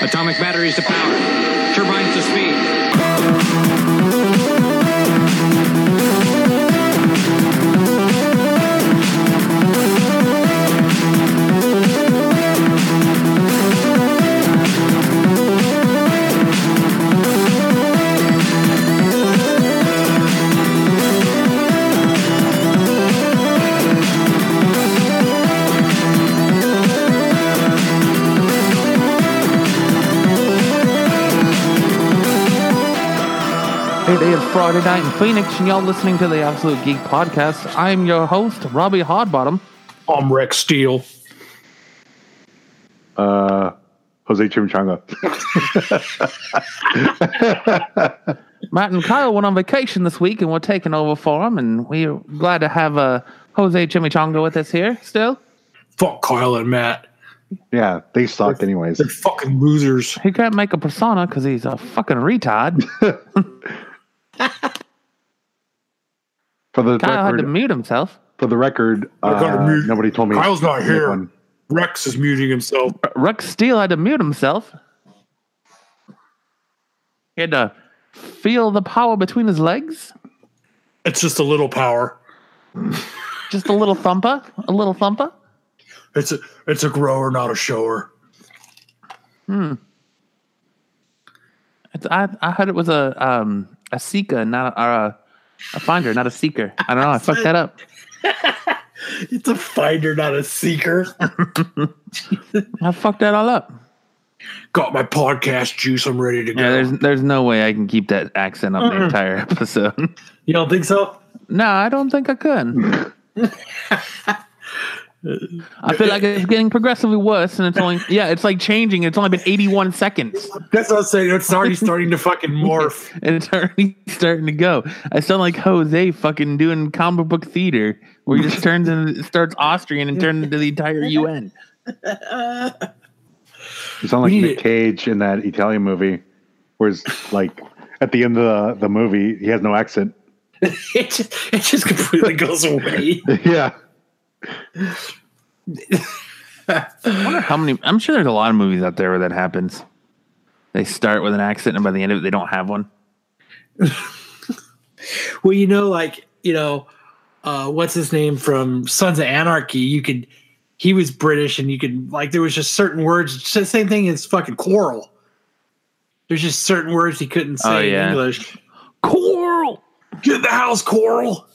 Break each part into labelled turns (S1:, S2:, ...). S1: Atomic batteries to power. Turbines to speed.
S2: It is Friday night in Phoenix, and y'all listening to the Absolute Geek Podcast. I'm your host, Robbie Hodbottom.
S3: I'm Rex Steele.
S4: Uh, Jose Chimichanga.
S2: Matt and Kyle went on vacation this week, and we're taking over for them. And we're glad to have uh, Jose Chimichanga with us here still.
S3: Fuck Kyle and Matt.
S4: Yeah, they sucked anyways.
S3: They're fucking losers.
S2: He can't make a persona because he's a fucking retard.
S4: For the
S2: Kyle had to
S4: record,
S2: mute himself.
S4: for the record,
S3: I gotta
S4: uh,
S3: mute.
S4: nobody told me.
S3: Kyle's not
S4: to make
S3: here.
S4: one.
S3: Rex is muting himself.
S2: Rex Steele had to mute himself. He had to feel the power between his legs.
S3: It's just a little power.
S2: Just a little thumper. A little thumper.
S3: It's a it's a grower, not a shower.
S2: It's, I I heard it was a um a seeker, not a, or a a finder, not a seeker. I don't know. I fucked that up.
S3: It's a finder, not a seeker.
S2: I fucked that all up.
S3: Got my podcast juice. I'm ready to go.
S2: Yeah, there's there's no way I can keep that accent up the entire episode.
S3: you don't think so?
S2: no, I don't think I could. I feel like it's getting progressively worse, and it's only yeah, it's like changing. It's only been 81 seconds,
S3: That's what I'm saying. It's already starting to fucking morph.
S2: and it's already starting to go. I sound like Jose fucking doing comic book theater, where he just turns and starts Austrian and turns into the entire UN.
S4: You sound like
S3: We need
S4: Nick
S3: it.
S4: Cage in that Italian movie, whereas like at the end of the, the movie, he has no accent.
S3: It just, it just completely goes away.
S4: yeah,
S2: wonder how many. I'm sure there's a lot of movies out there where that happens. They start with an accent, and by the end of it, they don't have one.
S5: Well, you know, like you know, uh, what's his name from Sons of Anarchy? You could, he was British, and you could like there was just certain words. It's the same thing as fucking quarrel. There's just certain words he couldn't say
S2: Oh, yeah.
S5: in English.
S2: Coral,
S3: Get in the house, Coral.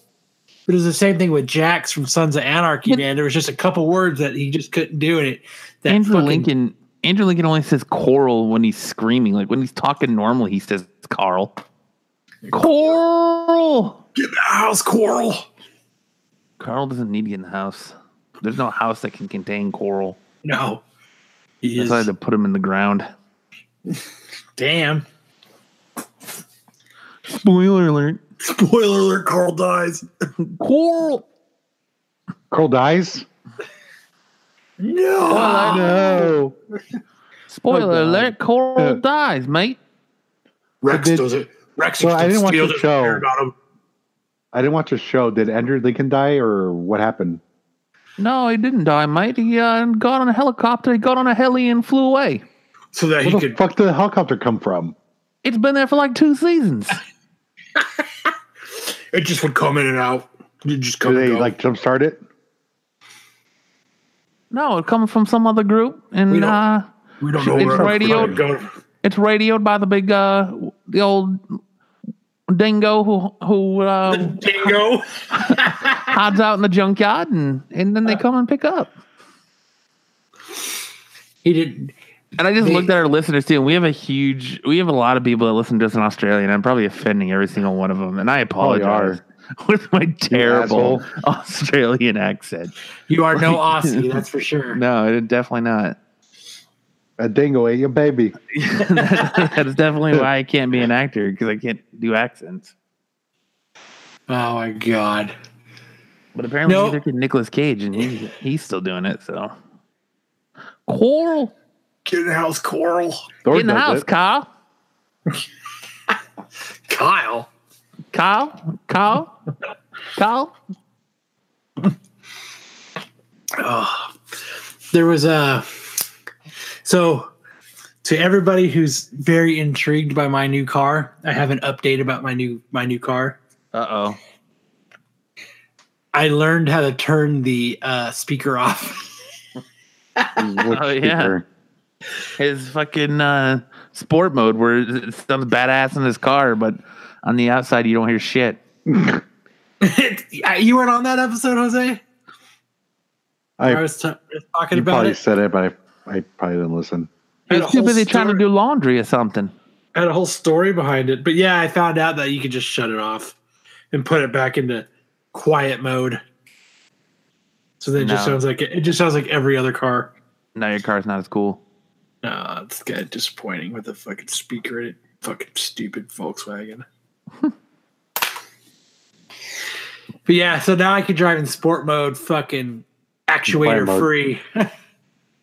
S5: But it was the same thing with Jax from Sons of Anarchy, man. There was just a couple words that he just couldn't do in it. That
S2: Andrew
S5: fucking-
S2: Lincoln. Andrew Lincoln only says "coral" when he's screaming. Like when he's talking normally, he says "Carl." Coral.
S3: Get in the house, Coral.
S2: Carl doesn't need to get in the house. There's no house that can contain coral.
S5: No, he
S2: That's
S5: is
S2: why I had to put him in the ground.
S5: damn.
S2: Spoiler alert.
S3: Spoiler alert, Carl dies.
S2: Coral.
S4: Carl dies.
S2: Oh,
S3: No.
S4: No,
S2: Spoiler
S3: Oh,
S2: alert. Coral
S3: Uh.
S4: Yeah.
S2: dies, mate.
S3: Rex
S4: Did-
S3: does it. Rex
S4: Well, I didn't watch
S3: Steele
S4: the
S3: doesn't
S4: show.
S3: care about him.
S4: I didn't watch a show. Did Andrew Lincoln die, or what happened?
S2: No, he didn't die, mate. He uh, got on a helicopter. He got on a heli and flew away.
S3: So that
S4: Where
S3: he
S4: the
S3: could
S4: fuck did the helicopter come from?
S2: It's been there for like two seasons.
S3: It just would come in and out. You just
S4: Did
S3: come
S4: they
S3: and go.
S4: like jumpstart it?
S2: No, it comes from some other group,
S3: We
S2: and
S3: don't-
S2: uh,
S3: we don't know
S2: it's
S3: where it
S2: radioed.
S3: Go.
S2: it's radioed by the big, uh, the old dingo who who uh,
S3: Dingo.
S2: hides out in the junkyard, and and then they come and pick up.
S5: He didn't.
S2: And I just looked at our listeners too, and we have a huge, we have a lot of people that listen to us in Australia, and I'm probably offending every single one of them, and I
S4: Probably
S2: apologize. With my terrible Australian accent.
S5: You are no Aussie, that's for sure.
S2: No, it- definitely not.
S4: A dingo ate your baby.
S2: That's definitely why I can't be an actor because I can't do accents.
S5: Oh my god.
S2: But apparently,
S5: No.
S2: neither can Nicolas Cage, and he, he's still doing it. So, Coral,
S3: Get in the house, Coral.
S4: Thor
S2: get in the
S4: does
S2: house,
S4: it.
S2: Kyle.
S5: Kyle.
S2: Kyle, Kyle, Kyle.
S5: there was a so to everybody who's very intrigued by my new car, I have an update about my new my new car.
S2: Uh oh.
S5: I learned how to turn the uh, speaker off.
S4: Which
S2: Oh, yeah.
S4: speaker?
S2: His fucking uh, sport mode where it sounds badass in his car, but on the outside you don't hear shit.
S5: you weren't on that episode, Jose. I,
S4: I
S5: was t- talking
S4: you
S5: about
S4: probably
S5: it.
S4: said it, but I, I probably didn't listen.
S5: I had a
S2: He's too
S5: whole
S2: busy trying to
S5: story-
S2: do laundry or something.
S5: I had a whole story behind it. But yeah, I found out that you could just shut it off and put it back into quiet mode. So then it just
S2: No.
S5: sounds like it just sounds like every other car.
S2: Now your car's not as cool.
S5: No, it's kind of disappointing with the fucking speaker in it. Fucking stupid Volkswagen. but yeah, so now I can drive in sport mode, fucking actuator
S4: mode.
S5: free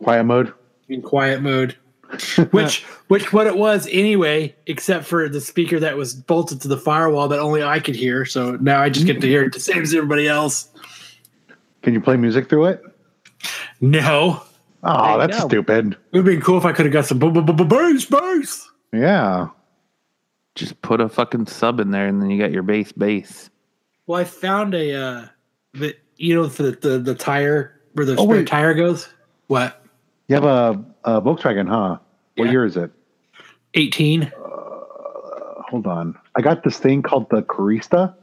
S4: Quiet mode.
S5: in quiet mode. Which which what it was anyway, except for the speaker that was bolted to the firewall that only I could hear. So now I just get to hear it the same as everybody else.
S4: Can you play music through it?
S5: No.
S4: Oh,
S2: There you
S4: that's
S2: go.
S4: stupid.
S5: It would have been cool if I could have got some bu- bu- bu- bu- bass, bass.
S4: Yeah.
S2: Just put a fucking sub in there and then you got your base bass.
S5: Well, I found a uh the you know for the, the, the tire where the
S4: Oh,
S5: spare
S4: wait.
S5: tire goes. What?
S4: You have a, a Volkswagen, huh? What
S5: Yeah.
S4: year is it?
S5: Eighteen.
S4: Hold on. I got this thing called the Carista.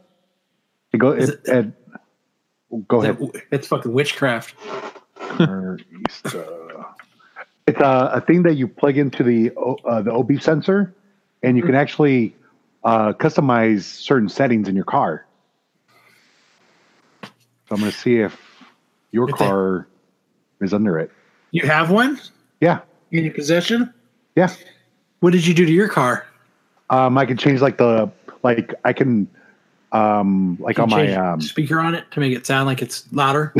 S4: It go.
S5: Is
S4: It, it, go ahead.
S5: That's fucking witchcraft.
S4: Carista. It's uh, a, a thing that you plug into the O- uh, the OB sensor, and you can actually uh, customize certain settings in your car. So I'm going to see if your
S5: It's a-
S4: car is under it.
S5: You have one
S4: Yeah,
S5: in your possession?
S4: yeah.
S5: What did you do to your car?
S4: Um, I can change like the like I can um like on
S5: You
S4: my
S5: changed
S4: um
S5: speaker on it to make it sound like it's louder.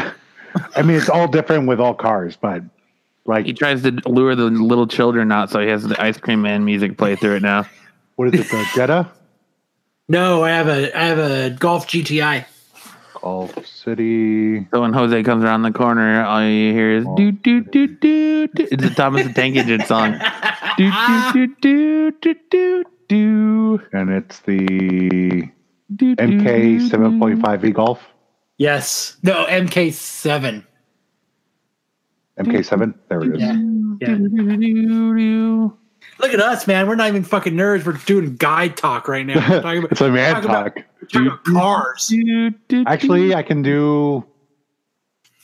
S4: I mean it's all different with all cars, but
S2: He
S4: like
S2: tries to lure the little children out, so he has the ice cream man music play through it now.
S4: what is it, the Jetta?
S5: No, I have a I have a Golf GTI.
S4: Golf City.
S2: So when Jose comes around the corner, all you hear is
S4: Oh.
S2: do do do do. do. It's a Thomas the Tank Engine song. Do do do do do do
S4: And it's the
S2: do.
S4: MK
S2: Mm-hmm.
S4: 7.5 E Golf.
S5: Yes. No, MK7.
S4: MK7. There it is.
S5: Yeah. Yeah. Look at us, man. We're not even fucking nerds. We're doing guy talk right now. We're talking about,
S4: it's a man
S5: talk about-
S4: talk.
S5: we're talking about cars.
S4: Actually, I can do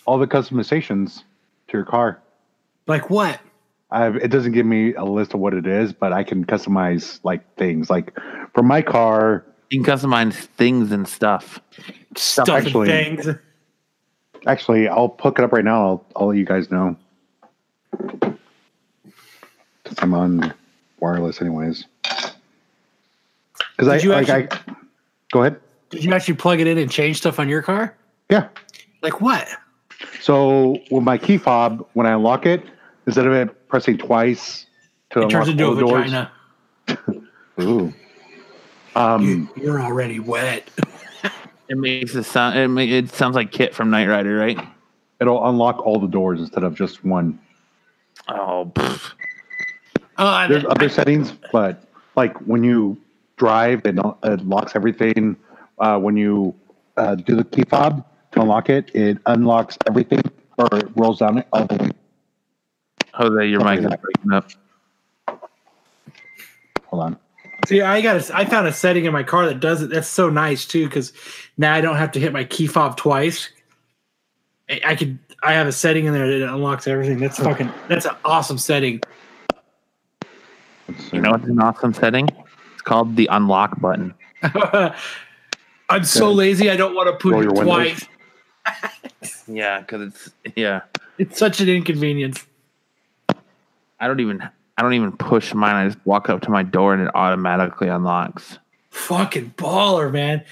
S4: all the customizations to your car.
S5: Like what?
S4: I've, it doesn't give me a list of what it is, but I can customize like things. Like for my car,
S2: you can customize things and stuff.
S5: Stuff
S4: actually-
S5: and things.
S4: actually, I'll hook it up right now. I'll, I'll let you guys know. 'Cause I'm on wireless, anyways. Because I,
S5: Did you
S4: like, I, go ahead.
S5: Did you actually plug it in and change stuff on your car?
S4: Yeah.
S5: Like what?
S4: So with my key fob, when I unlock it, instead of it pressing twice to
S5: It turns
S4: unlock
S5: into
S4: all
S5: a
S4: the doors,
S5: vagina.
S4: ooh, um,
S5: You, are already wet.
S2: It makes it sound. It, ma- it sounds like Kit from Knight Rider, right?
S4: it'll unlock all the doors instead of just one.
S2: Oh, pff.
S5: Oh, I,
S4: There's other settings, but like when you drive, it, un- it locks everything. Uh, when you uh, do the key fob to unlock it, it unlocks everything or it rolls down it Oh, all the way.
S2: Jose, your mic is breaking up.
S4: Hold on.
S5: see, I got. A, I found a setting in my car that does it. That's so nice too, because now I don't have to hit my key fob twice. I, I could. I have a setting in there that unlocks everything. That's fucking. That's an awesome setting.
S4: Let's see.
S2: You know what's an awesome setting? It's called the unlock button.
S5: I'm so lazy. I don't want to
S4: Roll
S5: push
S4: your
S5: it
S4: windows.
S5: twice.
S2: Yeah, because it's yeah.
S5: It's such an inconvenience.
S2: I don't even I don't even push mine. I just walk up to my door and it automatically unlocks.
S5: Fucking baller, man.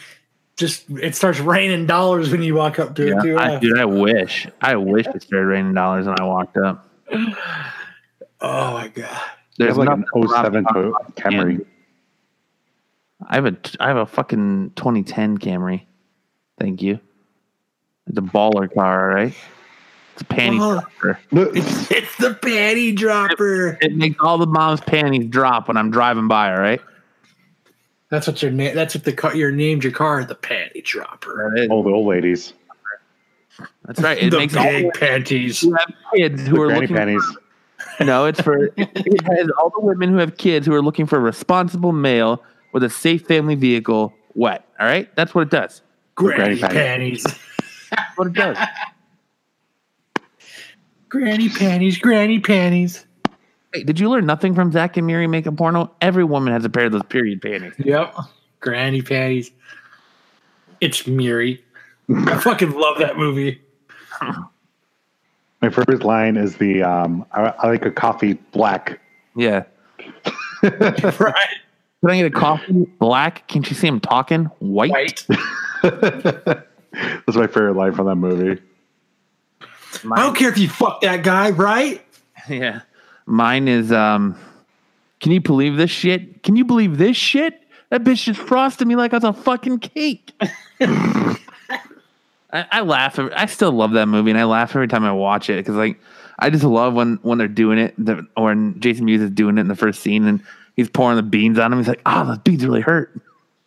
S5: Just it starts raining dollars when you walk up to it. Too. Ah.
S2: I,
S5: huh?
S2: dude, I wish I wish it started raining dollars and I walked up.
S5: Oh my god.
S4: I
S2: There's
S4: have like an
S2: nothing wrong
S4: 07
S2: with
S4: to-
S2: unlocking
S4: Camry.
S2: it. I have a t- I have a fucking 2010 Camry. Thank you. It's a baller car, all right? It's a panty
S5: Baller.
S2: fucker.
S4: Look,
S5: It's the panty dropper.
S2: It makes all the mom's panties drop when I'm driving by. All right.
S5: That's what your name. That's what the car. You named your car the panty dropper.
S2: That is-
S4: All the old ladies,
S2: That's right. It
S5: the
S2: makes all
S5: big
S2: the
S5: panties.
S2: who have kids who
S4: the
S2: are
S4: granny
S2: looking.
S4: panties.
S2: No, it's for it has all the women who have kids who are looking for a responsible male with a safe family vehicle. Wet. All right. That's what it does.
S5: Granny,
S4: granny
S5: panties.
S2: That's what it does.
S5: granny panties. Granny panties.
S2: Hey, did you learn nothing from Zach and Miri make a porno? Every woman has a pair of those period panties.
S5: Yep. Granny panties. It's Miri. I fucking love that movie.
S4: My favorite line is the um, I, I like a coffee black.
S2: Yeah.
S5: Right.
S2: Can I get a coffee? Black. Can't you see him talking? White.
S5: White.
S4: That's my favorite line from that movie.
S5: I don't care if you fuck that guy, right?
S2: Yeah. Mine is um can you believe this shit? Can you believe this shit? That bitch just frosted me like I was a fucking cake. I, I laugh. every- I still love that movie, and I laugh every time I watch it because, like, I just love when when they're doing it, the, or when Jason Mewes is doing it in the first scene, and he's pouring the beans on him. He's like, "Ah, those beans really hurt."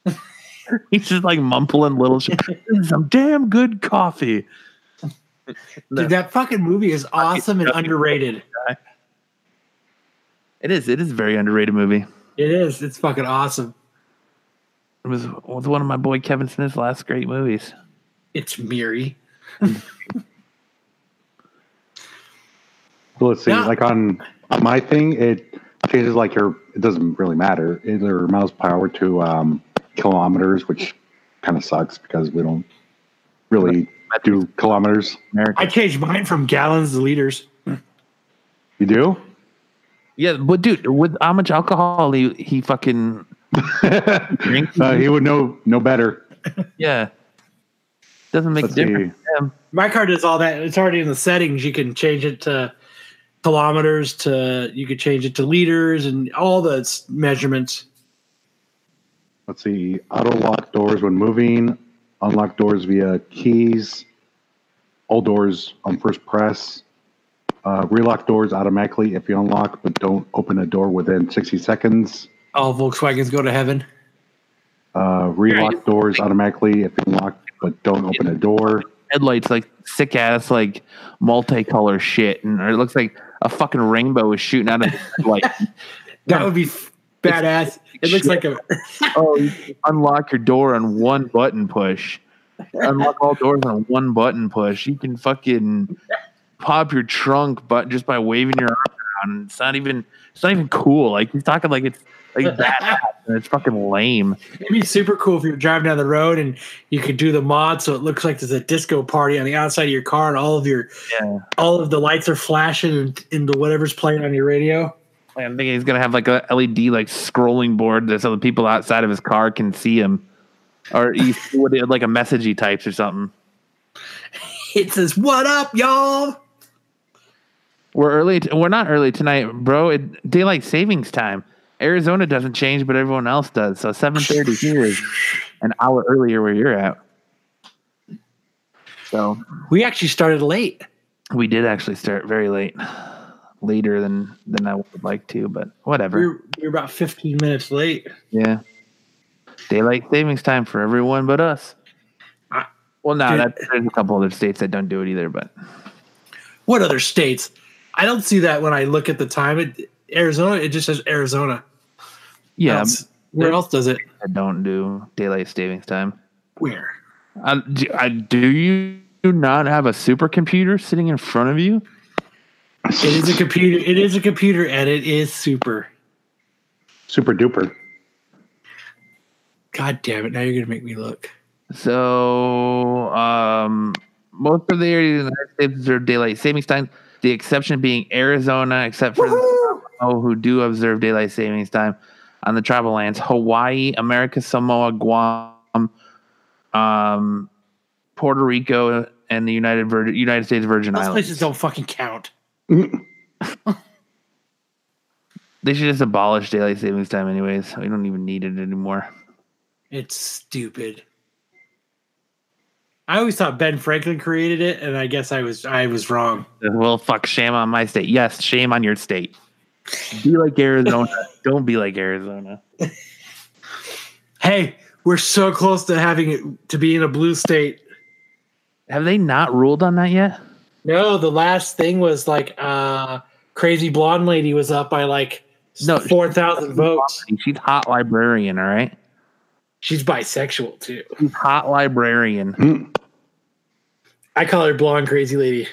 S2: he's just like mumbling little shit. "This is Some damn good coffee.
S5: Dude, that fucking movie is awesome and underrated.
S2: It is. It is a very underrated movie.
S5: It is. It's fucking awesome.
S2: It was was one of my boy Kevin Smith's last great movies.
S5: It's Miri.
S4: So let's see,
S5: Yeah.
S4: like on, on my thing, it changes like your. It doesn't really matter. Either miles per hour to um, kilometers, which kind of sucks because we don't really do kilometers.
S5: I changed mine from gallons to liters.
S4: You do?
S2: Yeah, but dude, with how much alcohol he, he fucking
S4: Uh, he would know no better.
S2: yeah doesn't make
S4: Let's
S2: a difference. to him.
S5: My car does all that. It's already in the settings. You can change it to kilometers to you could change it to liters and all the s- measurements.
S4: Let's see. Auto lock doors when moving. Unlock doors via keys. All doors on first press. Uh, relock doors automatically if you unlock, but don't open a door within 60 seconds.
S5: All Volkswagens go to heaven.
S4: Uh, relock doors automatically if you unlock, but don't open a door.
S2: Headlights like sick ass like multicolor shit, and or it looks like a fucking rainbow is shooting out of like.
S5: That would be f- badass. It looks like a
S2: oh, you can unlock your door on one button push. Unlock all doors on one button push. You can fucking pop your trunk, but just by waving your arm around. It's not even. It's not even cool. Like he's talking like it's like that. and it's fucking lame.
S5: It'd be super cool if you're driving down the road and you could do the mod so it looks like there's a disco party on the outside of your car and all of your
S2: Yeah.
S5: all of the lights are flashing and into whatever's playing on your radio.
S2: Like, I'm thinking he's gonna have like a LED like scrolling board that so the people outside of his car can see him, or he what it- like a message he types or something.
S5: It says, "What up, y'all?"
S2: We're early. T- we're not early tonight, bro. It, daylight savings time. Arizona doesn't change, but everyone else does. So seven thirty here is an hour earlier where you're at. So
S5: We actually started late.
S2: we did actually start very late, later than than I would like to, but whatever.
S5: We were, we were about 15 minutes late.
S2: yeah, daylight savings time for everyone but us.
S5: I-
S2: Well, no,
S5: Dude.
S2: that, there's a couple other states that don't do it either, but
S5: What other states? I don't see that when I look at the time. It, Arizona, it just says Arizona.
S2: yeah,
S5: Else- um, where else does it?
S2: I don't do daylight savings time.
S5: Where?
S2: I, do, I, do you not have a supercomputer sitting in front of you?
S5: It is a computer. It is a computer, and it is super.
S4: Super duper.
S5: God damn it! Now you're gonna make me look.
S2: So, um, most of the areas in the United States observe daylight savings time. The exception being Arizona, except for Samoa, who do observe daylight savings time on the tribal lands. Hawaii, America, Samoa, Guam, um, Puerto Rico, and the United Virgin, United States Virgin
S5: Those
S2: Islands.
S5: places don't fucking count.
S2: They should just abolish daylight savings time, anyways. We don't even need it anymore.
S5: It's stupid. I always thought Ben Franklin created it, and I guess I was I was wrong.
S2: Well, fuck, shame on my state. Yes, shame on your state. Be like Arizona. Don't be like Arizona.
S5: Hey, we're so close to having it to be in a blue state.
S2: Have they not ruled on that yet?
S5: No, the last thing was like uh crazy blonde lady was up by like
S2: No,
S5: four thousand votes.
S2: She's hot librarian, all right?
S5: She's bisexual too.
S2: She's hot librarian.
S5: I call her blonde crazy lady.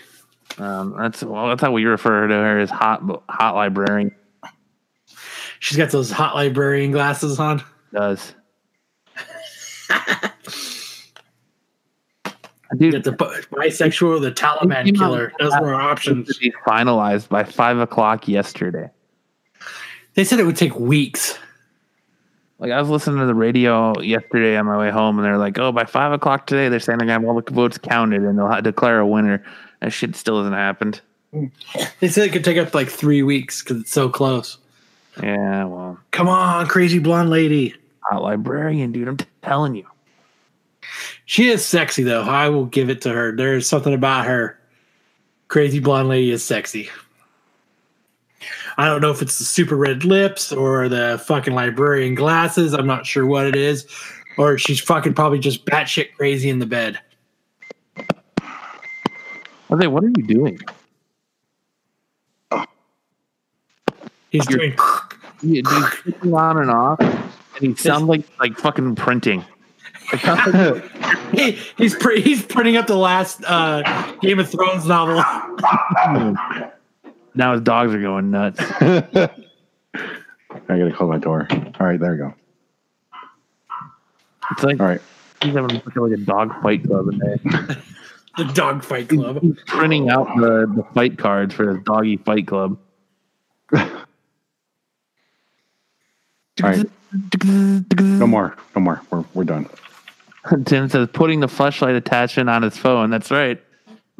S2: Um, that's well, that's how we refer to her as hot hot librarian
S5: She's got those hot librarian glasses on.
S2: does. Dude,
S5: Got the bi- bisexual, the Taliban killer. Those were our options.
S2: be finalized by five o'clock yesterday.
S5: They said it would take weeks.
S2: Like I was listening to the radio yesterday on my way home, and they're like, "Oh, by five o'clock today, they're saying they're gonna have all the votes counted, and they'll ha- declare a winner." That shit still hasn't happened.
S5: They said it could take up like three weeks because it's so close.
S2: Yeah, well,
S5: Come on, crazy blonde lady.
S2: hot librarian, dude. I'm t- telling you.
S5: She is sexy though. I will give it to her. There is something about her. Crazy blonde lady is sexy. I don't know if it's the super red lips or the fucking librarian glasses. I'm not sure what it is. Or she's fucking probably just batshit crazy in the bed.
S2: Jose, what are you doing?
S5: He's doing
S2: You- Dude, he's clicking on and off, and he sounds like like fucking printing. It sounds like
S5: he, he's pre- he's printing up the last uh, Game of Thrones novel.
S2: now his dogs are going nuts.
S4: I gotta close my door. All right, there we go.
S2: It's like
S4: All right.
S2: he's having fucking like a dog fight club in there.
S5: The Dogfight Club.
S2: He's printing out the, the fight cards for his doggy fight club.
S4: All right. No more. No more. We're we're done.
S2: Tim says putting the flashlight attachment on his phone. That's right.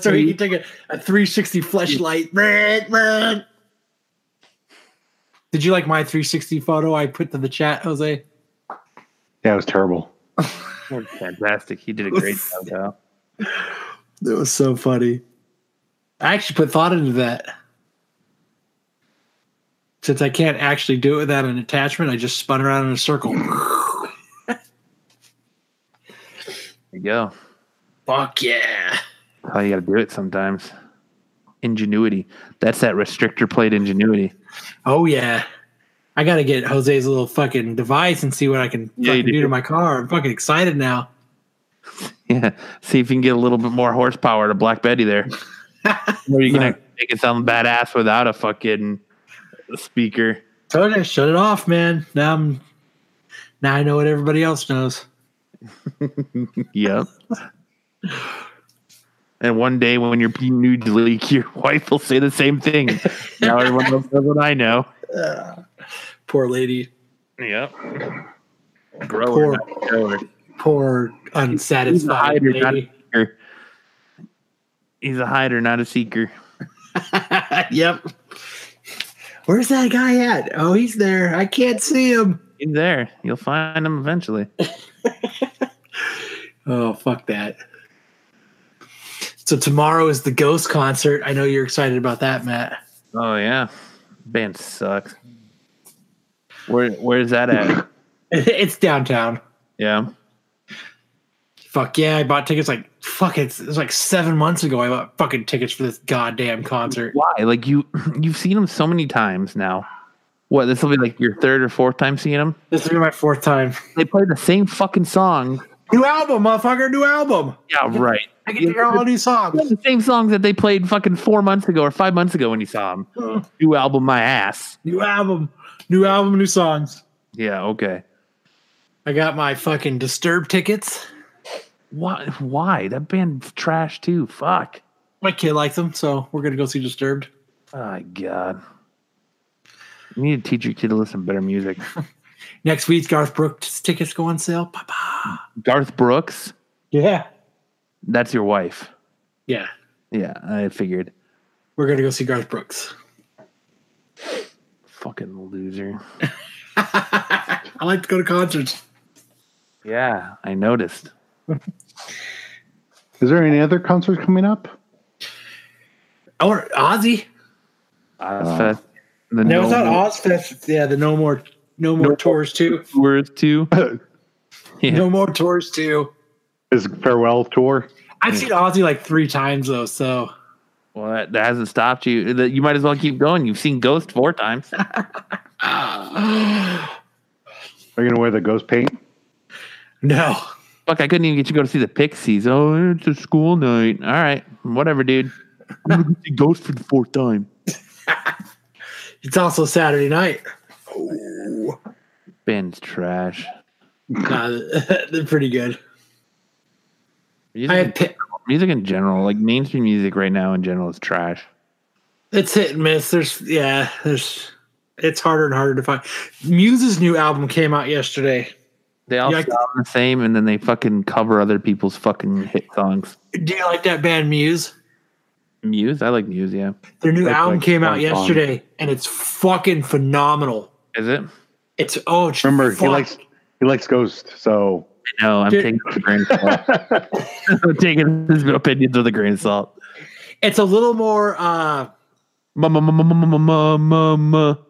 S5: so he can take a, a 360 flashlight. Did you like my 360 photo I put to the chat, Jose?
S4: Yeah, it was terrible.
S2: Fantastic. He did a great job. Kyle.
S5: That was so funny. I actually put thought into that. Since I can't actually do it without an attachment, I just spun around in a circle.
S2: There you go.
S5: Fuck yeah.
S2: That's how you got to do it sometimes. Ingenuity. That's that restrictor plate ingenuity.
S5: Oh yeah. I gotta get Jose's little fucking device and see what I can
S2: Yeah, you
S5: fucking do.
S2: do.
S5: to my car. I'm fucking excited now.
S2: Yeah. See if you can get a little bit more horsepower to Black Betty there. or you can actually make it sound badass without a fucking speaker.
S5: Told you, shut it off, man. Now I'm now I know what everybody else knows.
S2: Yep. And one day when you're being nude leak, your wife will say the same thing. now everyone knows what I know.
S5: Poor lady.
S2: Yep. Grower,
S5: Poor-
S2: not killer.
S5: Poor
S2: He's a
S5: unsatisfied
S2: hider, not
S5: lady.
S2: a seeker. He's a hider, not a seeker.
S5: yep. Where's that guy at? Oh, he's there. I can't see him.
S2: He's there. You'll find him eventually.
S5: Oh, fuck that. So tomorrow is the ghost concert. I know you're excited about that, Matt.
S2: Oh yeah, band sucks. Where where's that at?
S5: It's downtown.
S2: yeah,
S5: Fuck yeah, I bought tickets like fuck it's it was like seven months ago I bought fucking tickets for this goddamn concert.
S2: why? Like you, you've seen him so many times now. What? This will be like your third or fourth time seeing him.
S5: This will be my fourth time.
S2: They play the same fucking song.
S5: New album, motherfucker, new album.
S2: Yeah, right.
S5: I get to hear all new songs.
S2: The same songs that they played fucking four months ago or five months ago when you saw him. New album, my ass.
S5: New album. New album, new songs.
S2: Yeah, okay.
S5: I got my fucking disturbed tickets.
S2: Why? Why that band's trash too? Fuck.
S5: My kid likes them, so we're gonna go see Disturbed.
S2: Oh my god. You need to teach your kid to listen to better music.
S5: Next week, Garth Brooks tickets go on sale. Bye-bye.
S2: Garth Brooks,
S5: Yeah.
S2: that's your wife.
S5: Yeah.
S2: Yeah, I figured.
S5: We're gonna go see Garth Brooks.
S2: Fucking loser.
S5: I like to go to concerts.
S2: Yeah, I noticed.
S4: Is there any other concerts coming up?
S5: I want Ozzy.
S2: Ozfest. The
S5: No, it's not
S2: More
S5: Ozfest. Yeah, the No More No More Tours too.
S2: Tours too. Yeah.
S5: No More Tours too.
S4: His farewell tour.
S5: I've seen Ozzy like three times though, so
S2: Well, that, that hasn't stopped you. That- You might as well keep going. You've seen Ghost four times.
S4: Are you gonna wear the ghost paint?
S5: no.
S2: Fuck, I couldn't even get you to go to see the Pixies. Oh, it's a school night. All right, whatever, dude. I'm gonna go see Ghost for the fourth time.
S5: It's also Saturday night.
S2: Ben's trash.
S5: Nah, they're pretty good. I
S2: Music,
S5: have pi-
S2: music in general, like mainstream music right now in general, is trash.
S5: It's hit and miss. There's yeah, there's it's harder and harder to find. Muse's new album came out yesterday.
S2: They all
S5: Yeah, I-
S2: sound the same, and then they fucking cover other people's fucking hit songs.
S5: Do you like that band Muse?
S2: Muse, I like Muse. Yeah,
S5: Their new
S4: That's
S5: album
S4: like
S5: came out
S4: one song.
S5: yesterday and it's fucking phenomenal.
S2: is it?
S5: It's oh it's
S4: Remember, he
S5: fuck.
S4: likes he likes Ghost. So
S2: No, I'm
S5: Dude.
S2: taking the grain of salt. I'm taking his opinions with a grain of salt.
S5: it's a little more uh
S2: Ma ma ma ma ma ma ma ma ma.
S5: it's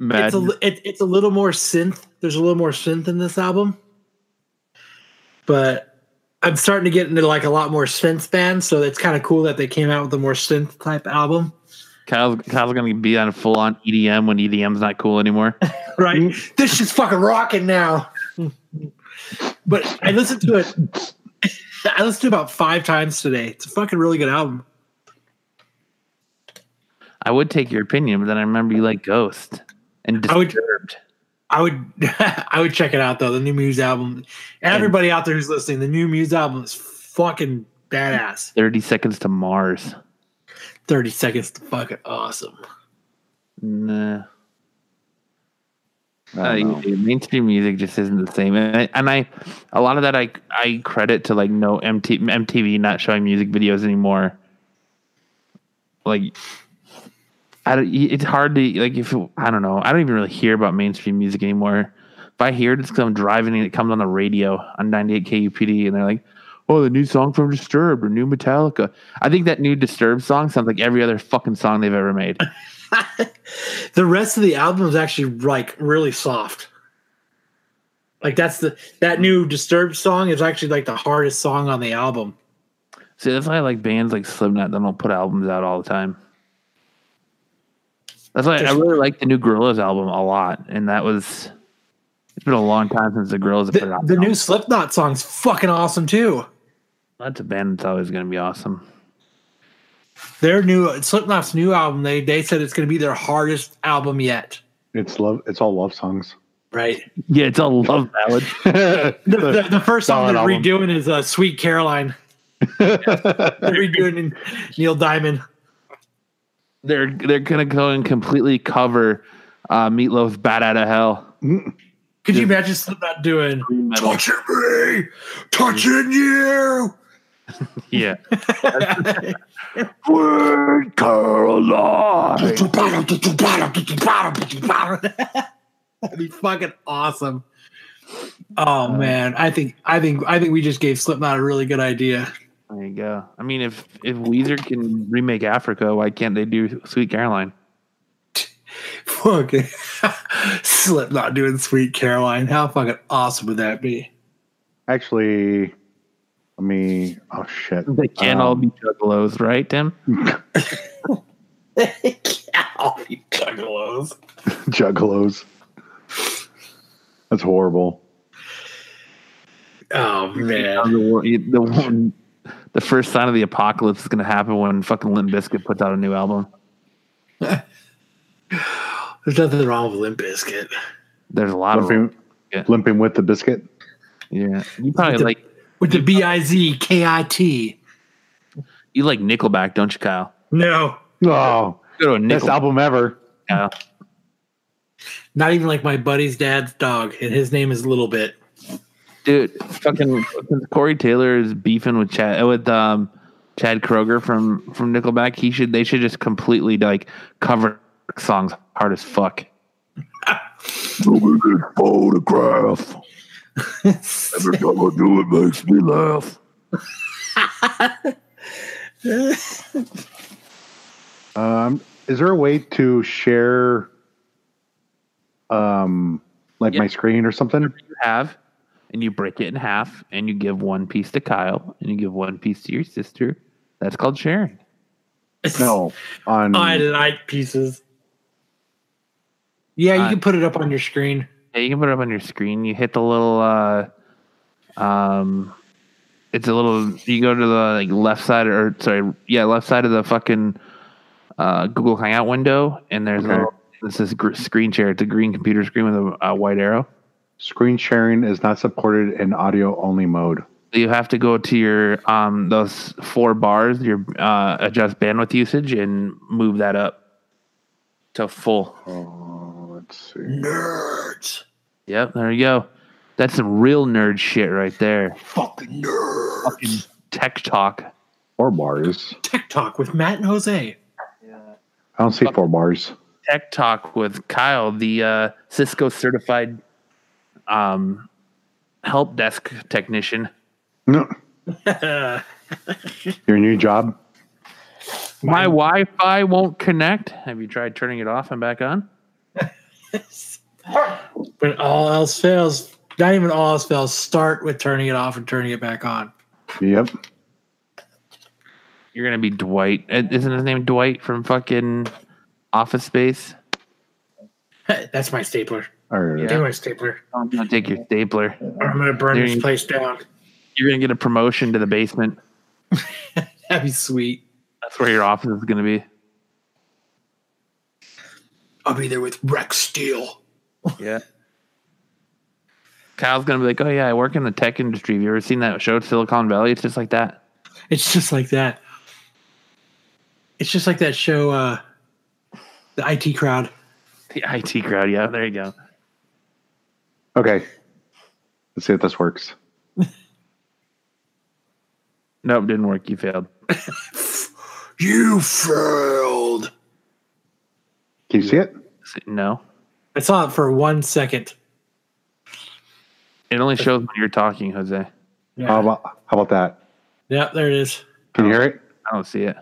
S5: a
S2: Madden.
S5: li- it, it's a little more synth. There's a little more synth in this album, but I'm starting to get into like a lot more synth bands. So it's kind of cool that they came out with a more synth type album,
S2: Kyle's, Kyle's gonna be on full on EDM when EDM's not cool anymore.
S5: right? this shit's fucking rocking now. but I listened to it. I listened to it about five times today. It's a fucking really good album.
S2: I would take your opinion, but then I remember you like Ghost and
S5: I would-
S2: Disturbed.
S5: I would I would check it out though. The new Muse album. Everybody out there who's listening, the new Muse album is fucking badass.
S2: Thirty Seconds to Mars.
S5: Thirty seconds to fucking awesome.
S2: Nah,
S4: I don't know.
S2: Uh, mainstream music just isn't the same, and I, and I, a lot of that I I credit to like no MT, MTV not showing music videos anymore. Like, I don't, it's hard to like if I don't know I don't even really hear about mainstream music anymore. If I hear it, it's because I'm driving and it comes on the radio on 98 KUPD, and they're like, "Oh, the new song from Disturbed or new Metallica." I think that new Disturbed song sounds like every other fucking song they've ever made.
S5: the rest of the album is actually like really soft. Like that's the that new Disturbed song is actually like the hardest song on the album.
S2: See, that's why I like bands like Slipknot that don't put albums out all the time. That's why I
S5: Just-
S2: really like the new Gorillaz album a lot, and that was it's been a long time since the Gorillaz have put
S5: The,
S2: out.
S5: the
S2: an
S5: new
S2: album.
S5: Slipknot song's fucking awesome too.
S2: that's a band that's always going to be awesome.
S5: Their new uh, Slipknot's new album, they they said it's going to be their hardest album yet.
S4: it's love. It's all love songs.
S5: Right.
S2: Yeah, it's all love ballads.
S5: The, the, the first song
S4: Solid
S5: they're
S4: album.
S5: redoing is uh, "Sweet Caroline." they're redoing Neil Diamond.
S2: they're they're going to go and completely cover uh, Meatloaf's "Bad Out of Hell."
S5: Could you imagine Slipknot doing
S2: Metal.
S5: "Touching Me, Touching You"?
S2: Yeah, Word Caroline.
S5: That'd be fucking awesome. Oh man, I think I think I think we just gave Slipknot a really good idea.
S2: There you go. I mean, if if Weezer can remake Africa, why can't they do Sweet Caroline?
S5: Fucking Slipknot doing "Sweet Caroline." How fucking awesome would that be?
S4: Actually, let me. Oh shit!
S2: They can't all
S4: Um,
S2: be juggalos, right, Tim?
S5: I'll be juggalos.
S4: Juggalos. That's horrible.
S5: Oh man,
S2: The, wor- the, one- the first sign of the apocalypse is going to happen when fucking Limp Bizkit puts out a new album.
S5: there's nothing wrong with Limp Bizkit.
S2: There's a lot of
S4: Limping,
S2: Yeah.
S4: limping with the biscuit.
S2: yeah. You probably
S5: The-
S2: like
S5: with the B I Z K I T.
S2: you like Nickelback, don't you, Kyle?
S5: No,
S4: Oh,
S2: Go to a
S4: best
S2: Nickelback.
S4: album ever.
S2: Kyle.
S5: not even like my buddy's dad's dog, and his name is Little Bit.
S2: Dude, fucking Corey Taylor is beefing with Chad with um Chad Kroger from from Nickelback. He should they should just completely like cover songs hard as fuck.
S5: Photograph.
S2: do it makes me laugh.
S4: Um, is there a way to share, um, like my
S2: Yeah.
S4: screen or something?
S2: you have, and you break it in half, and you give one piece to Kyle, and you give one piece to your sister. That's called sharing.
S4: No, on
S5: I like pieces. Yeah, you
S2: Uh,
S5: can put it up on your screen.
S2: Yeah, you can put it up on your screen. You hit the little, uh, um, it's a little. You go to the like left side, or sorry, yeah, left side of the fucking uh, Google Hangout window, and there's
S4: Okay.
S2: a little. This is gr- screen share. It's a green computer screen with a, a white arrow.
S4: screen sharing is not supported in audio only mode.
S2: you have to go to your um those four bars your uh adjust bandwidth usage and move that up to full
S4: Oh, let's see.
S3: Nerds.
S2: yep there you go that's some real nerd shit right there
S3: Fucking nerds.
S2: tech talk
S4: Four bars.
S5: Tech Talk with Matt and Jose.
S4: I don't see four bars.
S2: tech talk with kyle the uh cisco certified um help desk technician
S4: No, your new job.
S2: my wi-fi won't connect have you tried turning it off and back on
S5: When all else fails, not even all else fails, start with turning it off and turning it back on.
S4: Yep.
S2: you're gonna be dwight Uh, isn't his name dwight from fucking office space
S5: That's my stapler.
S4: All right.
S5: That's my stapler.
S2: I'm gonna take your stapler.
S5: I'm gonna burn
S2: There you-
S5: this place down.
S2: You're gonna get a promotion to the basement.
S5: That'd be sweet.
S2: That's where your office is gonna be.
S3: I'll be there with Rex Steel.
S2: Yeah. Kyle's gonna be like, "Oh yeah, I work in the tech industry. Have you ever seen that show Silicon Valley? It's just like that."
S5: It's just like that. It's just like that show, uh, the IT crowd.
S2: The IT crowd. Yeah, there you go.
S4: Okay. Let's see if this works.
S2: Nope, didn't work. You failed.
S3: You failed.
S4: Can you see it?
S2: No,
S5: I saw it for one second.
S2: it only shows when you're talking, Jose. I
S5: Yeah.
S4: How about how about that?
S5: yep, there it is.
S4: Can you hear it?
S2: don't see it.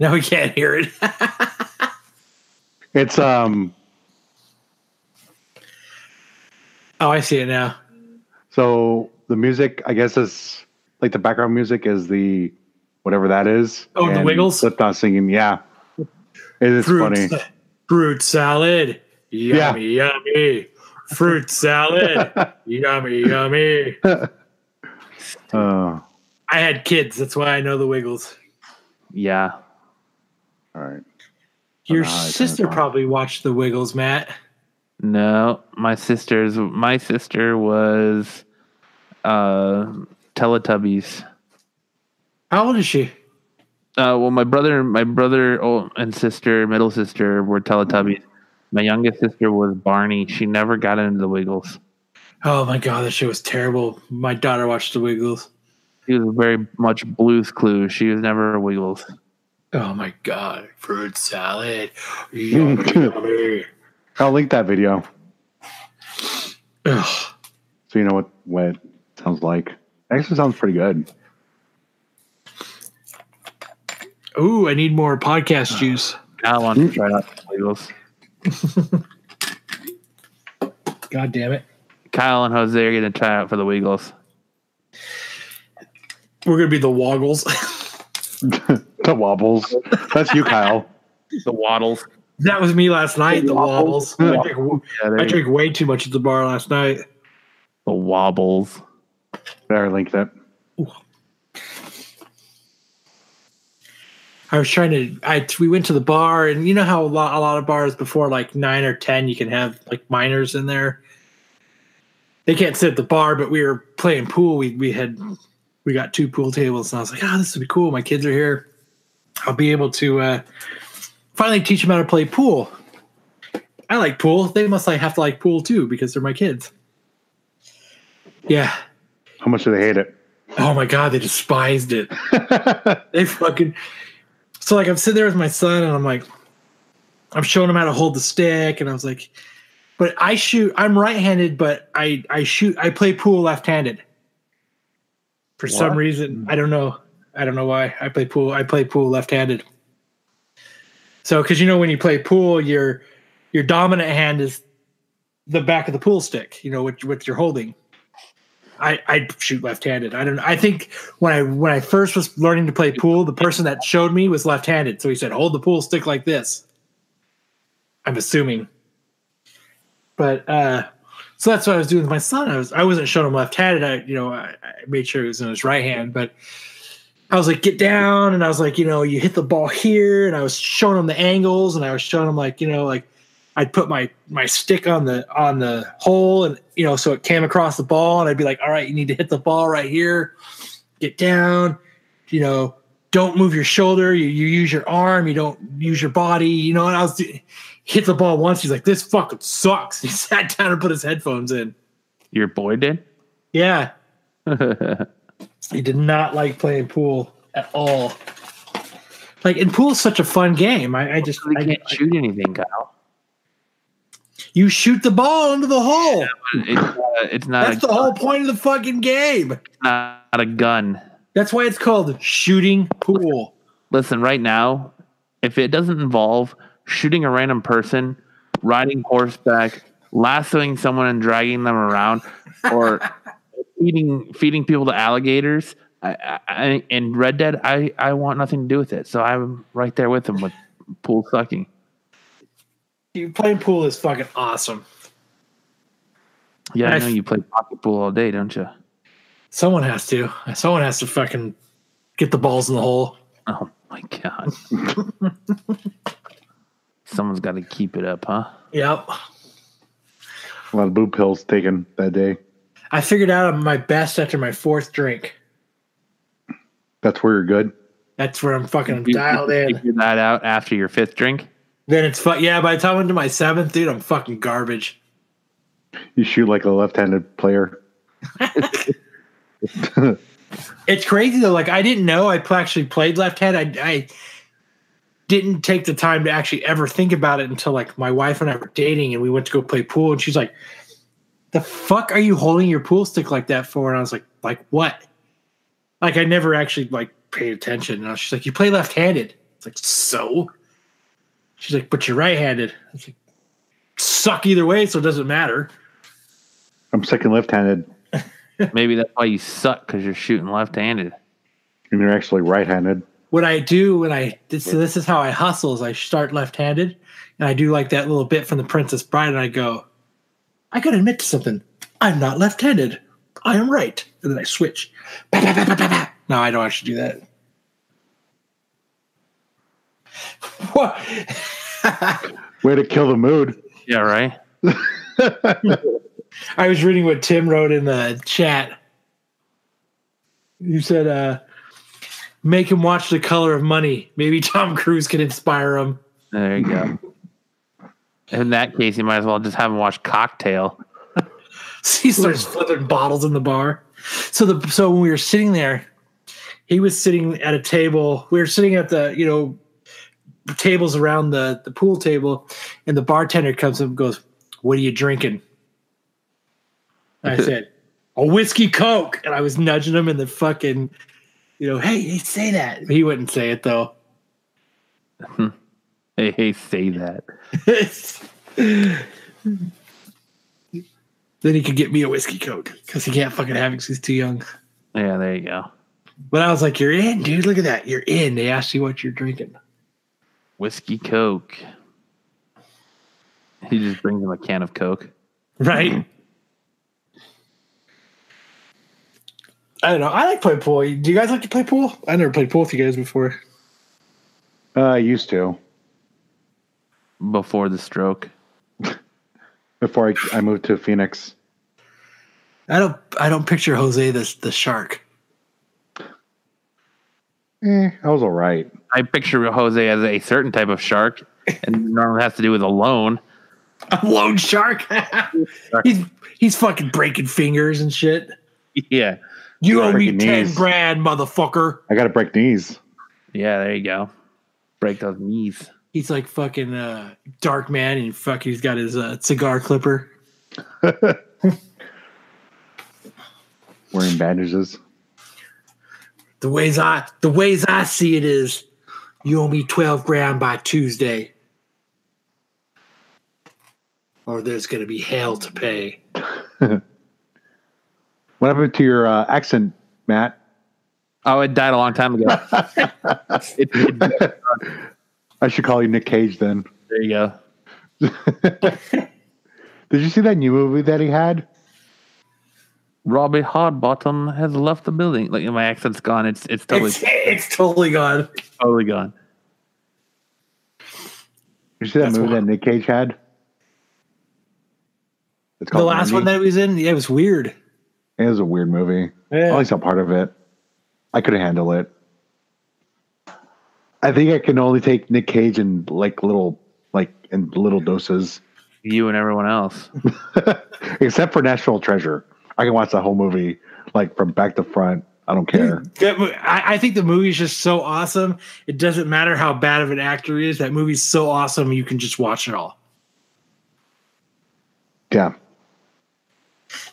S5: Now we can't hear it.
S4: It's um.
S5: oh, I see it now.
S4: So the music, I guess, is like the background music is the whatever that is.
S5: Oh, the
S4: And
S5: Wiggles?
S4: Slipknot singing. Yeah, it is funny.
S5: sa- fruit salad. Yummy, yummy. Fruit salad. yummy, yummy. I
S4: Uh,
S5: had kids. That's why I know the Wiggles.
S2: Yeah,
S4: all right.
S5: Your
S4: Oh, no, I don't
S5: sister
S4: know.
S5: probably watched the Wiggles, Matt.
S2: no. My sister's. My sister was, uh, Teletubbies.
S5: How old is she?
S2: Uh, well, my brother, my brother, oh, and sister, middle sister were Teletubbies. My youngest sister was Barney. She never got into the Wiggles.
S5: Oh my god, that shit was terrible. My daughter watched the Wiggles.
S2: She was very much Blue's Clues. She was never a Wiggles.
S5: Oh my god, fruit salad. Yummy, yummy.
S4: I'll link that video
S5: Ugh.
S4: so you know what what it sounds like. Actually, sounds pretty good.
S5: Ooh, I need more podcast juice.
S2: I want to try out the Wiggles.
S5: God damn it.
S2: Kyle and Jose are going to try out for the Wiggles.
S5: We're gonna be the Woggles.
S4: the wobbles. That's you, Kyle.
S2: The Waddles.
S5: that was me last night. The Wobbles. I drank,
S2: Yeah, there
S5: I
S2: you
S5: drank way too much at the bar last night.
S2: go. the Wobbles.
S4: There, link that.
S5: I was trying to. I we went to the bar, and you know how a lot, a lot of bars before like nine or ten, you can have like minors in there. They can't sit at the bar, but we were playing pool. We we had we got two pool tables, and I was like, oh, this would be cool. My kids are here. I'll be able to uh, finally teach them how to play pool. I like pool. They must like have to like pool too because they're my kids. Yeah.
S4: How much do they hate it?
S5: Oh my god, they despised it. They fucking. So like I'm sitting there with my son, and I'm like, I'm showing him how to hold the stick, and I was like, but I shoot. I'm right-handed, but I I shoot. I play pool left-handed. For some
S4: What?
S5: reason, I don't know. I don't know why. I play pool. I play pool left-handed. So, because you know when you play pool, your your dominant hand is the back of the pool stick. You know what what you're holding. I I shoot left-handed. I don't. I think when I when I first was learning to play pool, the person that showed me was left-handed. So he said, "Hold the pool stick like this." I'm assuming. But uh, so that's what I was doing with my son. I was I wasn't showing him left-handed. I you know I, I made sure he was in his right hand, but I was like, get down, and I was like, you know, you hit the ball here, and I was showing him the angles, and I was showing him like, you know, like I'd put my my stick on the on the hole, and you know, so it came across the ball, and I'd be like, all right, you need to hit the ball right here, get down, you know, don't move your shoulder, you you use your arm, you don't use your body, you know, and I was do- hit the ball once, he's like, this fucking sucks. He sat down and put his headphones in.
S2: Your boy did.
S5: Yeah, he did not like playing pool at all. Like, and pool's such a fun game. I, I just,
S2: They
S5: I,
S2: can't shoot anything, Kyle.
S5: you shoot the ball into the hole.
S2: It's, uh, it's not, a,
S5: That's the whole point of the fucking game.
S2: not a gun.
S5: That's why it's called shooting pool.
S2: Listen, right now, if it doesn't involve shooting a random person, riding horseback, lassoing someone and dragging them around, or feeding feeding people to alligators, I, I, I, in Red Dead, I, I want nothing to do with it. So I'm right there with them with pool sucking.
S5: Dude, playing pool is fucking awesome.
S2: Yeah, I
S5: Nice.
S2: know you play pocket pool all day, don't you?
S5: Someone has to. Someone has to fucking get the balls in the hole.
S2: Oh my god. Someone's got to keep it up, huh?
S5: Yep.
S4: A lot of boob pills taken that day.
S5: I figured out I'm my best after my fourth drink.
S4: That's where you're good.
S5: That's where I'm fucking dialed in.
S2: Figure that out after your fifth drink.
S5: Then it's fu- yeah. By the time I'm to my seventh, dude, I'm fucking garbage.
S4: You shoot like a left-handed player.
S5: It's crazy though. Like I didn't know I pl- actually played left handed. I, I didn't take the time to actually ever think about it until like my wife and I were dating and we went to go play pool and she's like, "The fuck are you holding your pool stick like that for?" And I was like, "Like what?" Like I never actually like paid attention. And she's like, "You play left handed." It's like so. She's like, "But you're right handed." I was like, "Suck either way, so it doesn't matter."
S4: I'm second left-handed,
S2: Maybe that's why you suck because you're shooting left-handed.
S4: and you're actually right-handed.
S5: what I do when I this, so this is how I hustle is I start left-handed and I do like that little bit from the Princess Bride and I go, I gotta admit to something. I'm not left-handed. I am right. And then I switch. Bah, bah, bah, bah, bah, bah. No, I don't actually do that. What?
S4: Way to kill the mood.
S2: Yeah, right.
S5: I was reading what Tim wrote in the chat. You said, uh, make him watch The Color of Money. Maybe Tom Cruise can inspire him.
S2: There you go. In that case, you might as well just have him watch Cocktail.
S5: he starts flipping bottles in the bar. So the so when we were sitting there, he was sitting at a table. We were sitting at the you know tables around the the pool table, and the bartender comes up and goes, "What are you drinking?" I said, "A whiskey coke," and I was nudging him in the fucking, you know, hey, hey, say that. He wouldn't say it though.
S2: Hey, hey, say that.
S5: then he could get me a whiskey coke because he can't fucking have it 'cause he's too young.
S2: Yeah, there you go.
S5: But I was like, "You're in, dude. Look at that. You're in." They asked you what you're drinking.
S2: Whiskey Coke. He just brings him a can of Coke.
S5: Right.
S4: Mm-hmm.
S5: I don't know. I like playing pool. Do you guys like to play pool? I never played pool with you guys before.
S4: Uh, I used to
S2: Before the stroke,
S4: before I, I moved to Phoenix.
S5: I don't. I don't picture Jose the the shark.
S4: Eh, I was all right.
S2: I picture Jose as a certain type of shark, and normally has to do with a loan.
S5: A lone shark. he's he's fucking breaking fingers and shit.
S2: Yeah,
S5: You owe me
S4: Breaking
S5: ten
S4: knees.
S5: grand, motherfucker.
S4: I got to break knees.
S2: yeah. There you go. Break those knees.
S5: He's like fucking uh, dark man, and fuck, he's got his uh, cigar clipper.
S4: Wearing bandages.
S5: The ways I the ways I see it is, you owe me twelve grand by Tuesday, or there's gonna be hell to pay.
S4: What happened to your uh, accent, Matt?
S2: Oh, it died a long time ago. It- it-
S4: I should call you Nick Cage then.
S2: there you go.
S4: Did you see that new movie that he had?
S2: Robbie Hardbottom has left the building. Like my accent's gone. It's it's totally
S5: It's, it's totally gone.
S2: totally gone.
S4: Did you see that
S5: That's
S4: movie
S5: one.
S4: that Nick Cage had? It's
S5: The last one that he was in, yeah, it was weird.
S4: it was a weird movie.
S5: Yeah.
S4: I like some part of it. I could handle it. I think I can only take Nick Cage in like little, like in little doses,
S2: You and everyone else.
S4: except for National Treasure. I can watch the whole movie like from back to front. I don't care.
S5: That mo- I, I think the movie is just so awesome. It doesn't matter how bad of an actor he is. That movie's so awesome. You can just watch it all.
S4: Yeah,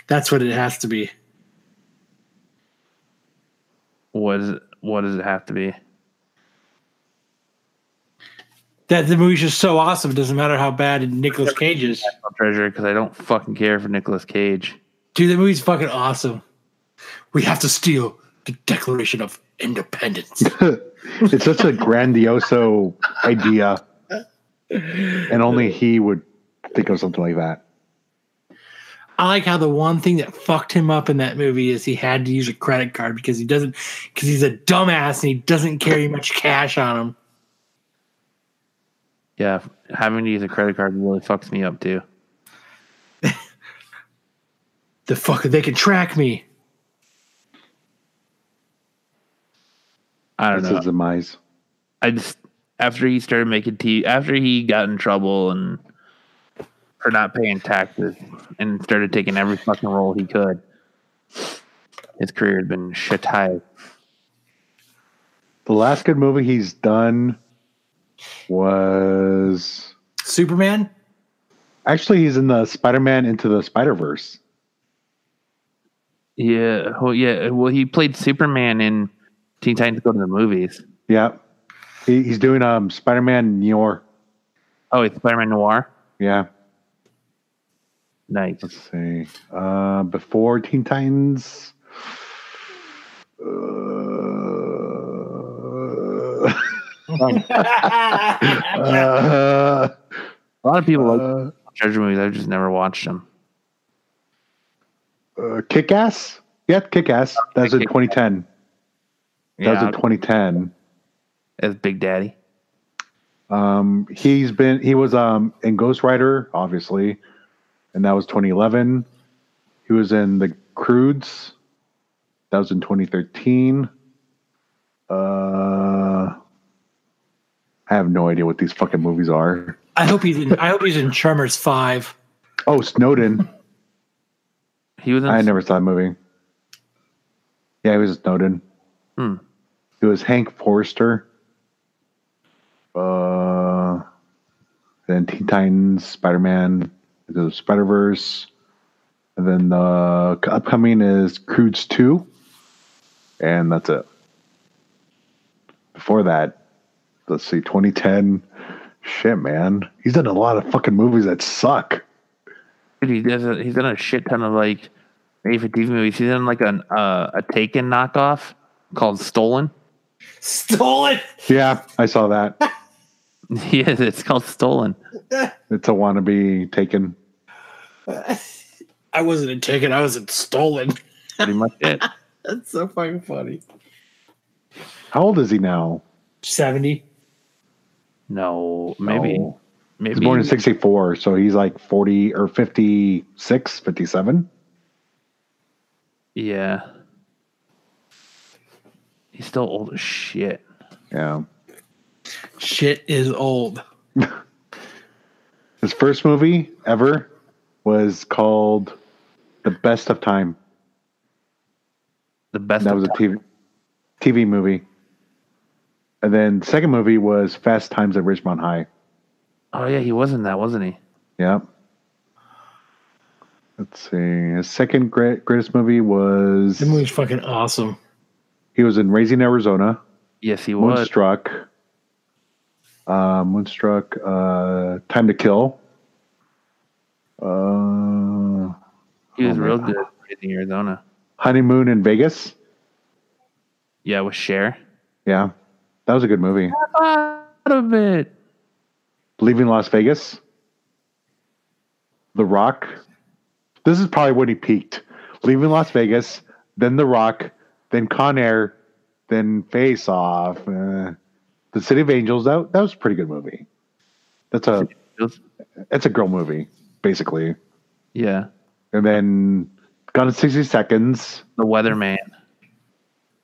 S5: That's what it has to be.
S2: What is it, what does it have to be?
S5: That the movie's just so awesome. It doesn't matter how bad Nicolas Cage is.
S2: National Treasure because I don't fucking care for Nicolas Cage.
S5: Dude, the movie's fucking awesome. We have to steal the Declaration of Independence.
S4: it's such a grandioso idea, and only he would think of something like that.
S5: I like how the one thing that fucked him up in that movie is he had to use a credit card because he doesn't because he's a dumbass and he doesn't carry much cash on him.
S2: Yeah, having to use a credit card really fucks me up too.
S5: The fuck they can track me.
S2: I don't
S4: That's
S2: know.
S4: his demise.
S2: I just after he started making tea, after he got in trouble and for not paying taxes and started taking every fucking role he could, his career had been shit high.
S4: The last good movie he's done was
S5: Superman?
S4: actually he's in the Spider-Man into the Spider-Verse.
S2: Yeah, well, yeah, well, he played Superman in Teen Titans Go to the Movies.
S4: Yeah, he, he's doing um Spider-Man Noir.
S2: Oh, it's Spider-Man Noir.
S4: Yeah,
S2: Nice.
S4: let's see. Uh, before Teen Titans. Uh, uh,
S2: A lot of people like
S4: uh,
S2: treasure movies. I've just never watched them.
S4: uh, Kick Ass. Yeah, Kick Ass. That was in
S2: Kick-Ass.
S4: 2010. That was
S2: Yeah,
S4: in 2010.
S2: as Big Daddy.
S4: Um, he's been he was um in Ghost Rider, obviously, and that was 2011. He was in The Crudes. That was in 2013. Uh, I Uh, have no idea what these fucking movies are.
S5: I hope he's in I hope he's in Tremors Five.
S4: Oh, Snowden.
S2: He was in
S4: I never saw that movie. Yeah, he was Snowden.
S2: Hmm.
S4: It was Hank Forrester. Uh, then Teen Titans, Spider Man, the Spider Verse, and then the upcoming is Crudes Two, and that's it. Before that, let's see, 2010. Shit, man, he's done a lot of fucking movies that suck.
S2: Dude, he does a, he's done a shit ton of like made for TV movies. He's done like an uh, a Taken knockoff called Stolen.
S5: Stolen!
S4: Yeah, I saw that.
S2: yes, it's called Stolen.
S4: It's a wannabe taken.
S5: I wasn't in ticket, I was in stolen.
S2: Pretty much it.
S5: That's so fucking funny.
S4: How old is he now?
S5: 70.
S2: No, maybe
S4: No.
S2: maybe
S4: Oh, He's born in 64, so he's like 40 or 56, 57.
S2: Yeah, he's still old as shit.
S4: Yeah.
S5: Shit is old.
S4: His first movie ever was called The Best of Time.
S2: The best.
S4: And that was a TV, TV movie. And then the second movie was Fast Times at Richmond High.
S2: oh yeah, he was in that, wasn't he?
S4: Yeah. Let's see. His second great, greatest movie was
S5: That movie's fucking awesome.
S4: He was in Raising Arizona,
S2: Yes, he was.
S4: Moonstruck, uh, Moonstruck, uh, Time to Kill. Uh,
S2: He was
S4: Oh my
S2: real
S4: God.
S2: good in Arizona.
S4: honeymoon in Vegas.
S2: Yeah, with Cher.
S4: Yeah, that was a good movie.
S2: Out of it.
S4: Leaving Las Vegas, The Rock. This is probably when he peaked. Leaving Las Vegas, then The Rock, then Con Air, then Face Off, uh, The City of Angels. That that was a pretty good movie. That's a that's a girl movie basically.
S2: Yeah,
S4: And then Gone in sixty seconds.
S2: the Weatherman.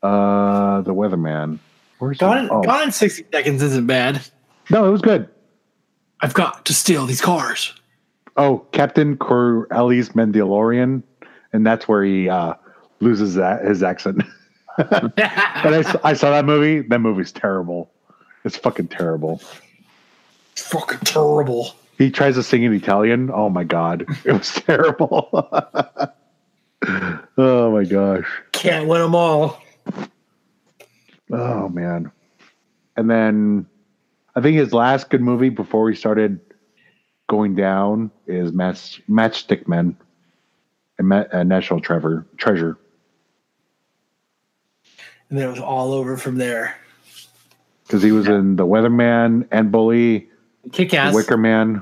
S4: Uh, The Weatherman. Where's
S5: Gone,
S4: oh.
S5: gone in 60 seconds isn't bad.
S4: No, it was good.
S5: I've got to steal these cars.
S4: Oh, Captain Corelli's Mandalorian, and that's where he uh, loses that his accent. but I, s- I saw that movie. That movie's terrible. It's fucking terrible.
S5: It's fucking terrible.
S4: He tries to sing in Italian. Oh my god, it was terrible. oh my gosh.
S5: Can't win them all.
S4: Oh man. And then I think his last good movie before he started going down is Match Matchstick Men and Ma- uh, National Trevor Treasure.
S5: And then it was all over from there.
S4: because he was in The Weatherman and Bully,
S5: Kick
S4: The
S5: ass.
S4: Wicker Man.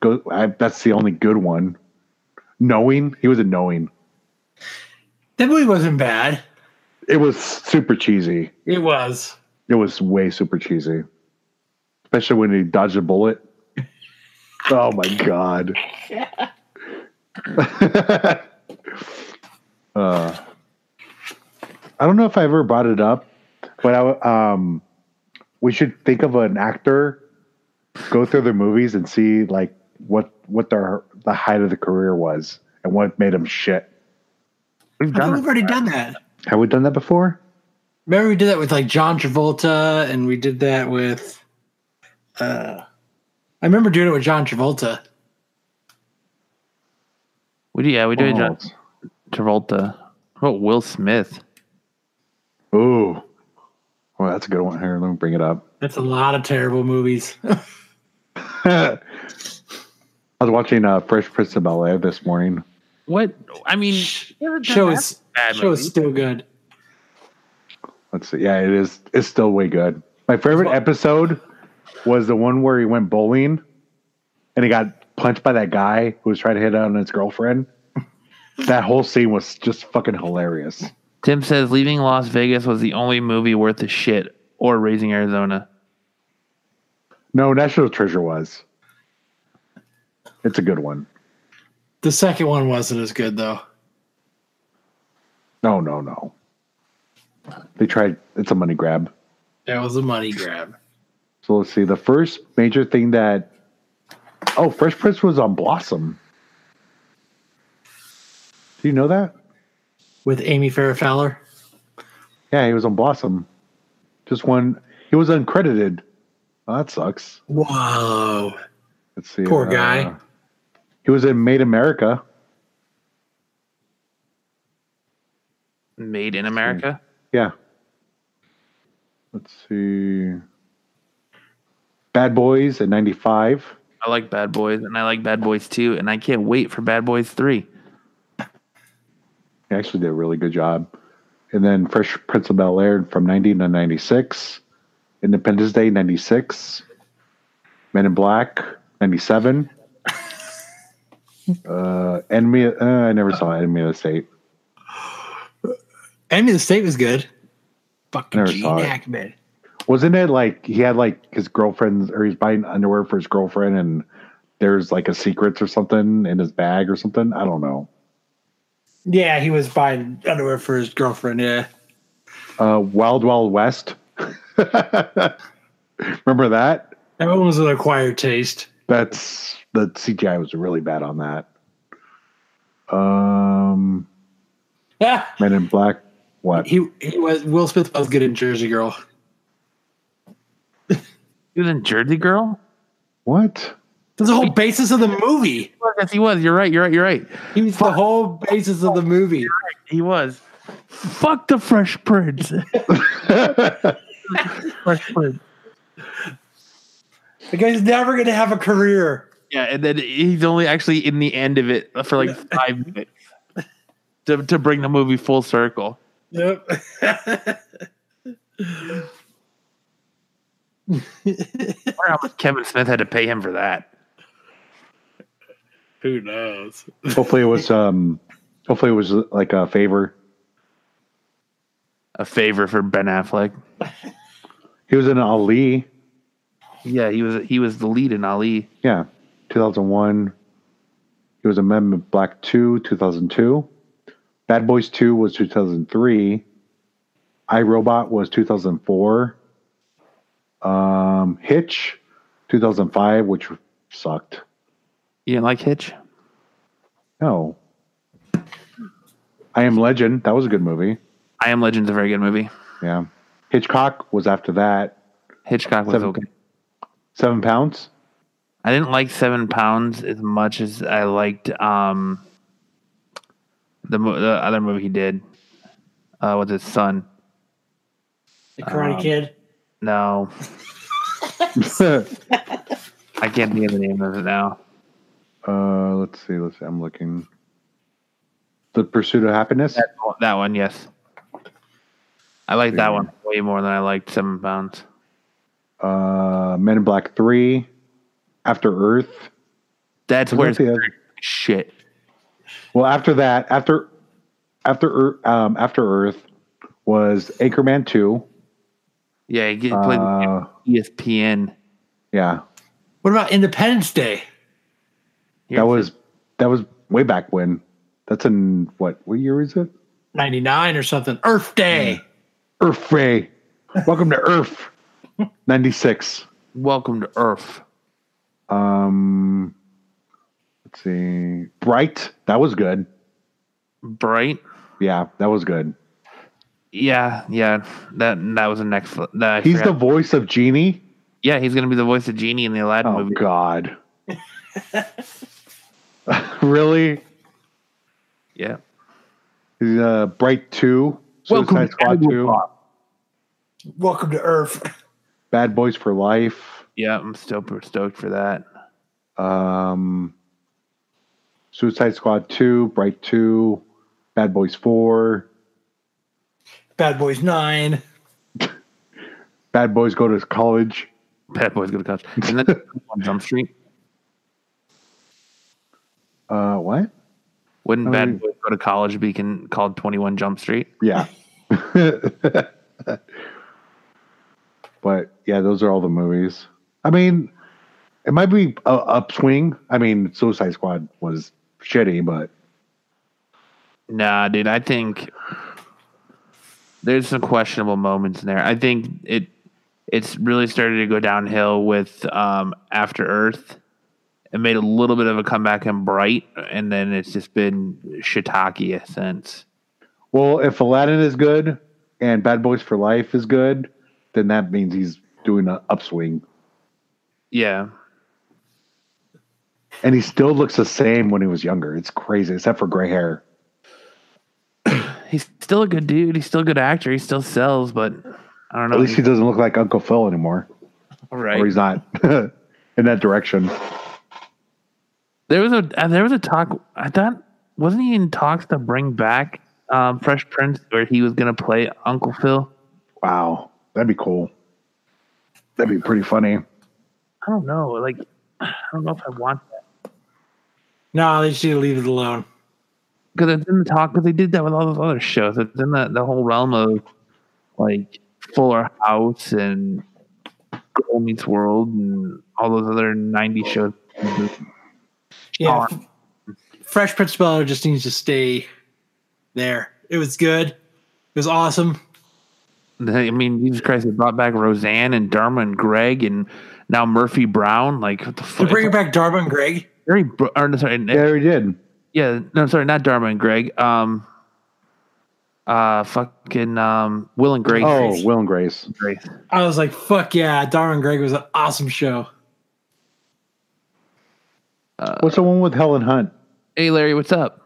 S4: Go, I, that's the only good one. Knowing he was in Knowing.
S5: That movie wasn't bad.
S4: It was super cheesy.
S5: It was.
S4: It was way super cheesy, especially when he dodged a bullet. Oh my god. uh, I don't know if I ever brought it up, but I um, we should think of an actor, go through their movies and see like what what their the height of the career was and what made them shit.
S2: We've
S5: I thought
S2: done
S5: we've
S2: it.
S5: already done that.
S4: Have we done that before?
S5: Remember we did that with like John Travolta, and we did that with. Uh, I remember doing it with John Travolta.
S2: We do, yeah, we did John
S4: Oh.
S2: Travolta. What about Will Smith?
S4: Ooh. Well, that's a good one. Here, let me bring it up.
S5: That's a lot of terrible movies.
S4: I was watching uh, Fresh Prince of Bel Air this morning.
S2: What? I mean,
S5: show is
S2: bad
S5: show
S2: movie.
S5: is still good.
S4: Let's see. Yeah, it is. It's still way good. My favorite episode was the one where he went bowling and he got punched by that guy who was trying to hit on his girlfriend. that whole scene was just fucking hilarious.
S2: Tim says leaving Las Vegas was the only movie worth a shit, or Raising Arizona.
S4: No, National Treasure was. It's a good one.
S5: The second one wasn't as good though.
S4: No, no, no. They tried. It's a money grab.
S5: That was a money grab.
S4: So let's see. The first major thing that oh, Fresh Prince was on Blossom. Do you know that?
S5: With Amy Farrah Fowler.
S4: Yeah, he was on Blossom. Just one. He was uncredited. Oh, that sucks.
S5: Whoa.
S4: Let's see. uh,
S5: Poor guy.
S4: He was in Made America.
S2: Made in America.
S4: Yeah. Let's see. Bad Boys in '95.
S2: I like Bad Boys, and I like Bad Boys 2, and I can't wait for Bad Boys 3.
S4: He actually did a really good job. And then Fresh Prince of Bel Air from 90 to 96, Independence Day 96, Men in Black 97, uh, Enemy, uh, I never saw Enemy of the State.
S5: Enemy of the State was good. Fucking
S4: Never
S5: Gene
S4: saw it.
S5: Hackman.
S4: Wasn't it like he had like his girlfriend's or he's buying underwear for his girlfriend and there's like a secrets or something in his bag or something? I don't know.
S5: Yeah, he was buying underwear for his girlfriend. Yeah.
S4: Uh, Wild Wild West. Remember that?
S5: That one was an acquired taste.
S4: That's the CGI was really bad on that. Um,
S5: Ah,
S4: Men in Black. What?
S5: he he was Will Smith was good in Jersey Girl.
S2: He was in Jersey Girl?
S4: What?
S5: That's the whole basis of the movie.
S2: Yes, he was. You're right. You're right. You're right.
S5: He was the whole basis of the movie.
S2: He was. Fuck the Fresh Prince. Fresh Prince.
S5: The guy's never going to have a career.
S2: Yeah, and then he's only actually in the end of it for like five minutes to, to bring the movie full circle.
S5: Yep.
S2: I wonder how much Kevin Smith had to pay him for that.
S5: Who knows?
S4: hopefully it was um hopefully it was like a favor.
S2: A favor for Ben Affleck.
S4: He was in Ali,
S2: Yeah, he was he was the lead in Ali.
S4: yeah, two thousand one. He was a member of Black Two, two thousand two. Bad Boys Two was two thousand three. I Robot was two thousand four. Um, Hitch, two thousand five, which sucked.
S2: You didn't like Hitch?
S4: No. I Am Legend. That was a good movie.
S2: I Am Legend's a very good movie.
S4: Yeah. Hitchcock was after that.
S2: Hitchcock was
S4: Seven-
S2: okay.
S4: Seven Pounds.
S2: I didn't like Seven Pounds as much as I liked um the mo- the other movie he did. Uh, with his son.
S5: The Karate
S2: Um,
S5: Kid.
S2: No, I can't think of the name of it now.
S4: Uh, let's see. Let's see. I'm looking. The Pursuit of Happiness.
S2: That, one- that one, yes. I like that one way more than I liked Seven Pounds.
S4: Uh, Men in Black Three. After Earth.
S2: That's
S4: Wasn't
S2: where
S4: that the
S2: it's
S4: other-
S2: shit.
S4: Well, after that, after after Earth, um, after Earth was Anchorman Two.
S2: Yeah, he get- played E
S4: Uh,
S2: ESPN.
S4: yeah,
S5: What about Independence Day?
S4: that was that was way back when. That's in what? What year is it?
S5: 99 or something. Earth Day.
S4: Earth Ray. Welcome to Earth. Ninety six.
S2: Welcome to Earth.
S4: Um, let's see. Bright. That was good.
S2: Bright.
S4: Yeah, that was good.
S2: Yeah, yeah. That that was the next. That I
S4: He's the
S2: forgot.
S4: voice of Genie.
S2: yeah. He's gonna be the voice of genie in the Aladdin
S4: Oh
S2: movie.
S4: God. really?
S2: Yeah.
S4: He's uh, Bright Two, Suicide
S2: Welcome to
S4: Squad
S2: Animal
S4: Two,
S2: Farm.
S5: Welcome to Earth.
S4: Bad Boys for Life,
S2: Yeah, I'm super stoked for that.
S4: um, Suicide Squad Two, Bright Two, Bad Boys Four,
S5: Bad Boys 9.
S4: Bad Boys Go to College.
S2: Bad boys gonna come. And then on Jump Street.
S4: Uh, what?
S2: Wouldn't
S4: I
S2: bad
S4: mean-
S2: boys go to college be can, called Twenty One Jump Street?
S4: Yeah. but yeah, those are all the movies. I mean, it might be a upswing. I mean, Suicide Squad was shitty, but
S2: Nah, dude. I think there's some questionable moments in there. I think it it's really started to go downhill with um, After Earth. It made a little bit of a comeback in Bright, and then it's just been shiitake since.
S4: well, if Aladdin is good and Bad Boys for Life is good, then that means he's doing an upswing.
S2: Yeah,
S4: And he still looks the same when he was younger. It's crazy, except for gray hair.
S2: he's still a good dude. He's still a good actor. He still sells, but I don't know.
S4: At least he doesn't look like Uncle Phil anymore,
S2: right.
S4: or he's not in that direction.
S2: There was a uh, there was a talk. I thought wasn't he in talks to bring back um, Fresh Prince, where he was gonna play Uncle Phil?
S4: Wow, that'd be cool. That'd be pretty funny.
S2: I don't know. Like I don't know if I want that
S5: No, they just need to leave it alone.
S2: because it's in the talk. Because they did that with all those other shows. It's in the the whole realm of like Fuller House and Girl Meets World and all those other '90s shows.
S5: Yeah. Fresh Prince of Bel-Air just needs to stay there. It was good. It was awesome.
S2: I mean, Jesus Christ! They brought back Roseanne and Dharma and Greg and now Murphy Brown. Like what the
S5: They're
S2: fuck?
S5: bringing back Darba and Greg.
S2: Very bro- or, no, sorry,
S4: Yeah, he did.
S2: Yeah, no, sorry, not Dharma and Greg. Um, uh, fucking um, Will and Grace.
S4: Oh, Will and Grace.
S2: Grace.
S5: I was like, fuck yeah, Darba and Greg was an awesome show.
S4: What's the one with Helen Hunt?
S2: Hey, Larry, what's up?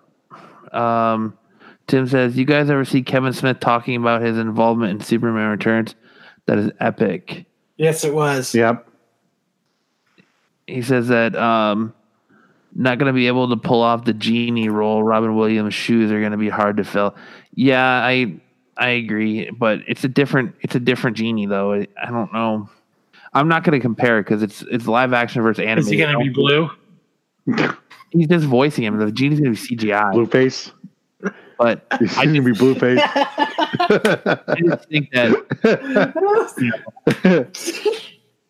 S2: Um, Tim says, "You guys ever see Kevin Smith talking about his involvement in Superman Returns? That is epic."
S5: Yes, it was.
S4: Yep.
S2: He says that um, not going to be able to pull off the genie role. Robin Williams' shoes are going to be hard to fill. Yeah, I I agree, but it's a different it's a different genie though. I, I don't know. I'm not going to compare it because it's it's live action versus
S5: Is
S2: animated.
S5: he going to be blue?
S2: He's just voicing him. The genie's going to be CGI,
S4: Blueface.
S2: but
S4: You see me be Blueface.
S2: I just think that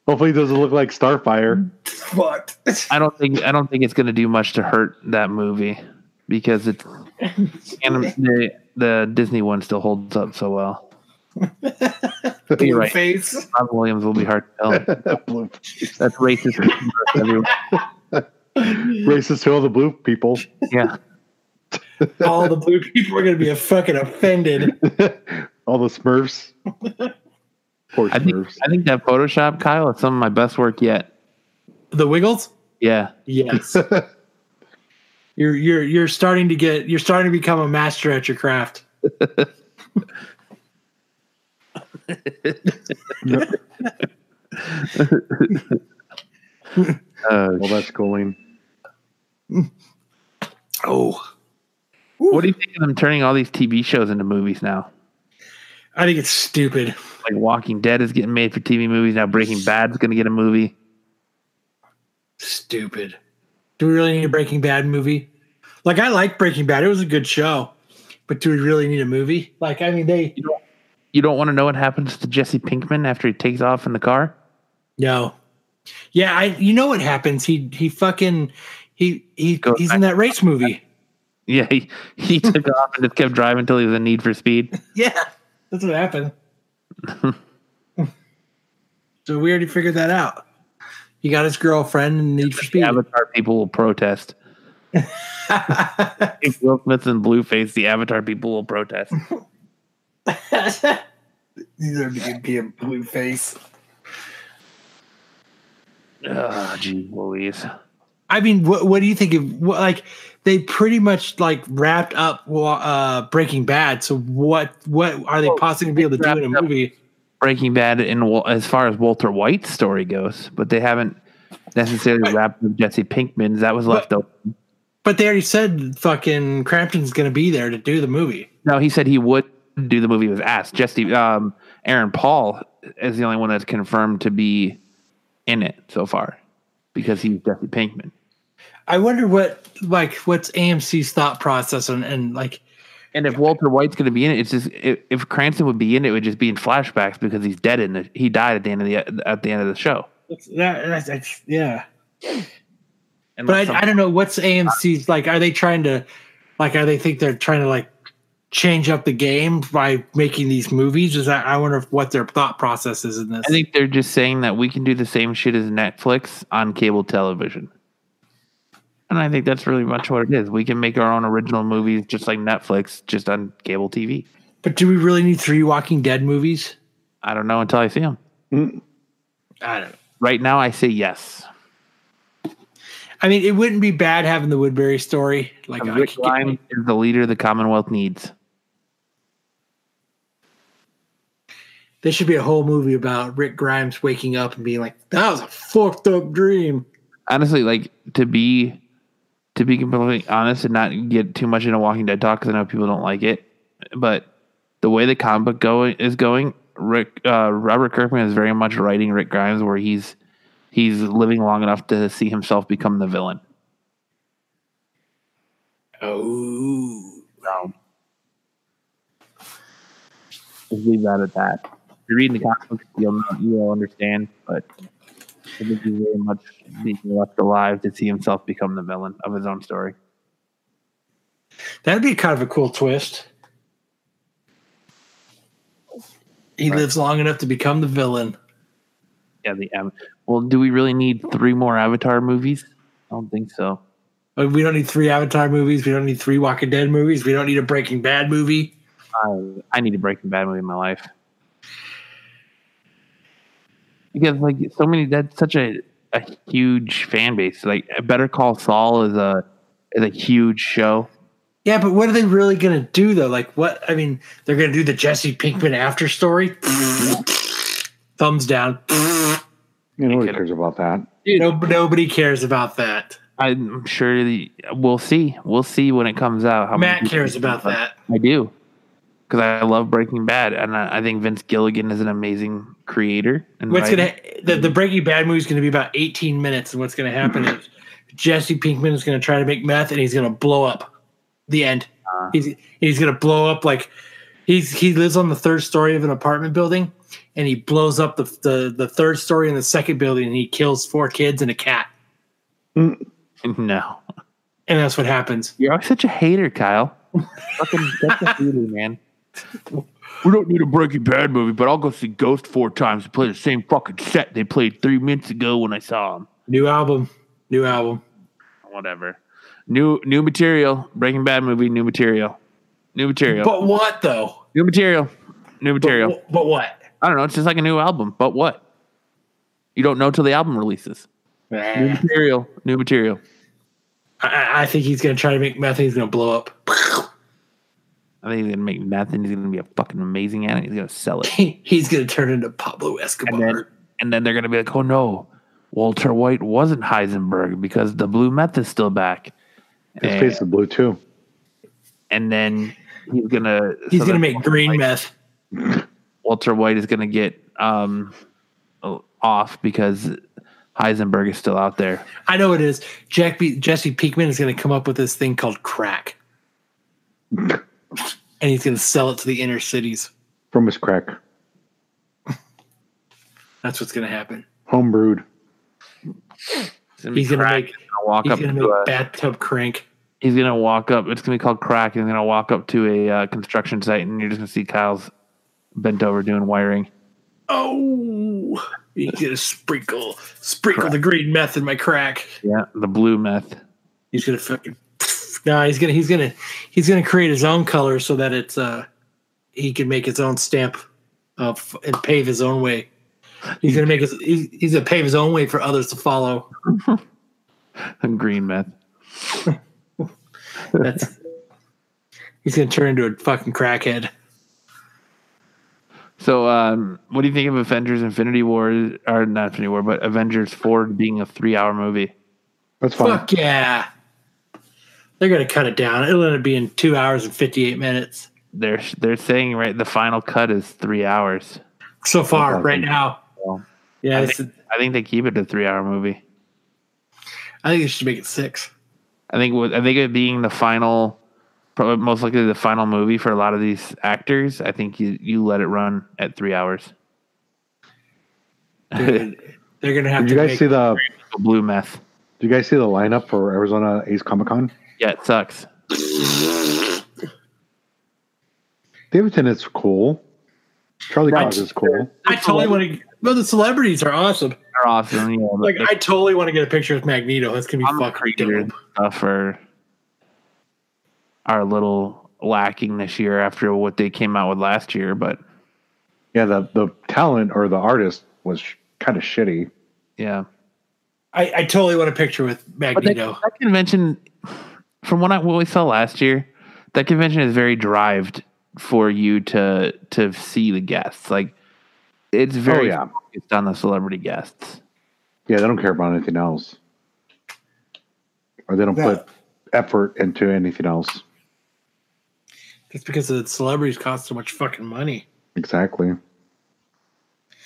S4: Hopefully, it doesn't look like Starfire.
S5: Fucked.
S2: I don't think I don't think it's going to do much to hurt that movie because it's and the, the Disney one still holds up so well. You're right.
S5: Face.
S2: Robin Williams will be hard to tell.
S4: Blue-
S2: That's racist. Everyone-
S4: Racist to all the blue people.
S2: yeah,
S5: All the blue people are going to be fucking offended.
S4: all the Smurfs. Poor
S2: I think
S4: Smurfs.
S2: I think that Photoshop, Kyle, is some of my best work yet.
S5: The Wiggles?
S2: Yeah,
S5: Yes. you're you're you're starting to get you're starting to become a master at your craft.
S2: uh,
S4: Well, that's schooling.
S5: Oh,
S2: what do you think of them turning all these TV shows into movies now?
S5: I think it's stupid.
S2: Like Walking Dead is getting made for TV movies now. Breaking Bad's going to get a movie.
S5: Stupid. Do we really need a Breaking Bad movie? Like I like Breaking Bad. It was a good show. But do we really need a movie? Like I mean they
S2: You don't want to know what happens to Jesse Pinkman after he takes off in the car.
S5: No. Yeah, I you know what happens. He he fucking he he
S2: Go
S5: he's in that race movie.
S2: Yeah, he, he took off and just kept driving until he was in Need for Speed.
S5: Yeah. That's what happened. so we already figured that out. He got his girlfriend and need for
S2: The
S5: speed.
S2: Avatar people will protest. If Will Smith and Blueface, the Avatar people will protest.
S5: These are gonna be a blue face.
S2: Oh, gee, Louise.
S5: I mean, what what do you think of what, like they pretty much like wrapped up wa- uh Breaking Bad? So what what are they possibly gonna be able to do in
S2: wrapped
S5: a
S2: up.
S5: movie?
S2: Breaking Bad, in Wa- as far as Walter White's story goes, but they haven't necessarily wrapped up Jesse Pinkman's. That was left open.
S5: But they already said fucking Crampton's gonna be there to do the movie.
S2: No, he said he would do the movie. He was asked. Jesse, um, Aaron Paul is the only one that's confirmed to be in it so far because he's Jesse Pinkman.
S5: I wonder what like what's AMC's thought process and, and like
S2: And if Walter White's going to be in it, it's just if, if Cranston would be in it, it would just be in flashbacks because he's dead in the he died at the end of the at the end of the show.
S5: it's- that, that's, that's- yeah.
S2: And
S5: But I, I don't know what's AMC's like. Are they trying to like? Are they think they're trying to like change up the game by making these movies? Is that I wonder if what their thought process is in this.
S2: I think they're just saying that we can do the same shit as Netflix on cable television. And I think that's really much what it is. We can make our own original movies just like Netflix, just on cable TV.
S5: but do we really need three Walking Dead movies?
S2: I don't know until I see them.
S5: Mm. I don't. know.
S2: Right now, I say yes.
S5: I mean, it wouldn't be bad having the Woodbury story. Like, I
S2: Rick
S5: could get-
S2: Grimes is the leader the Commonwealth needs.
S5: there should be a whole movie about Rick Grimes waking up and being like, "That was a fucked up dream."
S2: honestly, like to be to be completely honest and not get too much into Walking Dead talk because I know people don't like it, but the way the comic book going is going, Rick uh, Robert Kirkman is very much writing Rick Grimes where he's he's living long enough to see himself become the villain.
S5: Oh.
S2: Just leave that at that. If you're reading the comic book, you'll know, you'll understand, but. I think he's very much being left alive to see himself become the villain of his own story.
S5: That'd be kind of a cool twist. He lives long enough to become the villain.
S2: Yeah, the um, well, do we really need three more Avatar movies? I don't think so.
S5: Uh, We don't need three Avatar movies. We don't need three Walking Dead movies. We don't need a Breaking Bad movie.
S2: I I need a Breaking Bad movie in my life because like so many that's such a a huge fan base. Like Better Call Saul is a is a huge show.
S5: Yeah, but what are they really going to do though? Like, what? I mean, they're going to do the Jesse Pinkman after story. Thumbs down.
S4: You know, who cares about that?
S5: You know, nobody cares about that.
S2: I'm sure the, we'll see. We'll see when it comes out. How many
S5: Matt
S2: people-
S5: cares about that.
S2: I do because I love Breaking Bad, and I, I think Vince Gilligan is an amazing creator. And
S5: What's
S2: writer.
S5: gonna the, the Breaking Bad movie is gonna be about 18 minutes, and what's gonna happen
S2: Mm-hmm.
S5: is Jesse Pinkman is gonna try to make meth, and he's gonna blow up. The end.
S2: Uh-huh.
S5: he's he's gonna blow up like he's he lives on the third story of an apartment building, and he blows up the the, the third story and the second building, and he kills four kids and a cat,
S2: No,
S5: and that's what happens.
S2: you're always such a hater, Kyle. Fucking that's a hater, man. We don't need a Breaking Bad movie, but I'll go see Ghost four times and play the same fucking set they played three minutes ago when I saw them.
S5: New album, new album.
S2: Whatever. New new material. Breaking Bad movie. New material. New material.
S5: But what though?
S2: new material. New
S5: But
S2: material.
S5: wh- but what?
S2: I don't know. It's just like a new album, but what? You don't know till the album releases. New
S5: I,
S2: material, new material.
S5: I I think he's gonna try to make meth. And he's gonna blow up.
S2: I think he's gonna make meth, and he's gonna be a fucking amazing at it. He's gonna sell it,
S5: he's gonna turn into Pablo Escobar.
S2: and then they're gonna be like, "Oh no, Walter White wasn't Heisenberg because the blue meth is still back."
S4: His
S2: And,
S4: face is blue too.
S2: and then he's gonna
S5: He's
S2: so
S5: gonna
S2: then
S5: make green meth.
S2: Walter White is gonna get um off because Heisenberg is still out there.
S5: I know it is. Jack B- Jesse Pinkman is gonna come up with this thing called crack, and he's gonna sell it to the inner cities.
S4: From his crack,
S5: That's what's gonna happen.
S4: homebrewed.
S2: gonna be
S5: He's gonna
S2: crack.
S5: make
S2: Gonna walk
S5: he's
S2: up
S5: gonna
S2: to a-
S5: make bathtub crank.
S2: he's gonna walk up. It's gonna be called crack. And he's gonna walk up to a uh, construction site, and you're just gonna see Kyle's bent over doing wiring.
S5: Oh, he's gonna sprinkle sprinkle the green meth in my crack.
S2: Yeah, the blue meth.
S5: He's gonna fucking. No, he's gonna he's gonna he's gonna create his own color so that it's uh he can make his own stamp of and pave his own way. He's gonna make his he's, he's gonna pave his own way for others to follow.
S2: green meth.
S5: That's he's gonna turn into a fucking crackhead.
S2: So, um, what do you think of Avengers: Infinity War, or not Infinity War, but Avengers Four being a three-hour movie?
S4: That's fine.
S5: Fuck yeah. They're gonna cut it down. It'll end up being two hours and fifty eight minutes.
S2: They're they're saying right the final cut is three hours.
S5: So far, right now.
S2: Well,
S5: Yeah,
S2: I
S5: it's-
S2: think, I think they keep it a three-hour movie.
S5: I think they should make it six.
S2: I think with- I think it being the final, probably most likely the final movie for a lot of these actors. I think you you let it run at three hours.
S5: They're gonna, they're gonna have
S4: Did
S5: to
S4: you guys
S5: make,
S4: see the?
S2: Blue meth.
S4: Do you guys see the lineup for Arizona Ace Comic Con?
S2: Yeah, it sucks.
S4: Davidson is cool. Charlie
S5: Right.
S4: Cox is cool.
S5: I totally want to well the celebrities are awesome.
S2: They're awesome. You know,
S5: Like
S2: the-
S5: I totally want to get a picture with Magneto. That's gonna be
S2: I'm a
S5: fucking
S2: creator
S5: dope.
S2: and stuff are are a little lacking this year after what they came out with last year, but
S4: Yeah, the the talent or the artist was sh- kind of shitty.
S2: yeah.
S5: I, I totally want a picture with
S2: But that,
S5: Magneto.
S2: that convention, from what I what we saw last year, that convention is very drived for you to to see the guests. Like it's very
S4: Oh, yeah.
S2: focused on the celebrity guests.
S4: Yeah, they don't care about anything else, or they don't
S5: Yeah.
S4: put effort into anything else.
S5: It's because the celebrities cost so much fucking money.
S4: Exactly.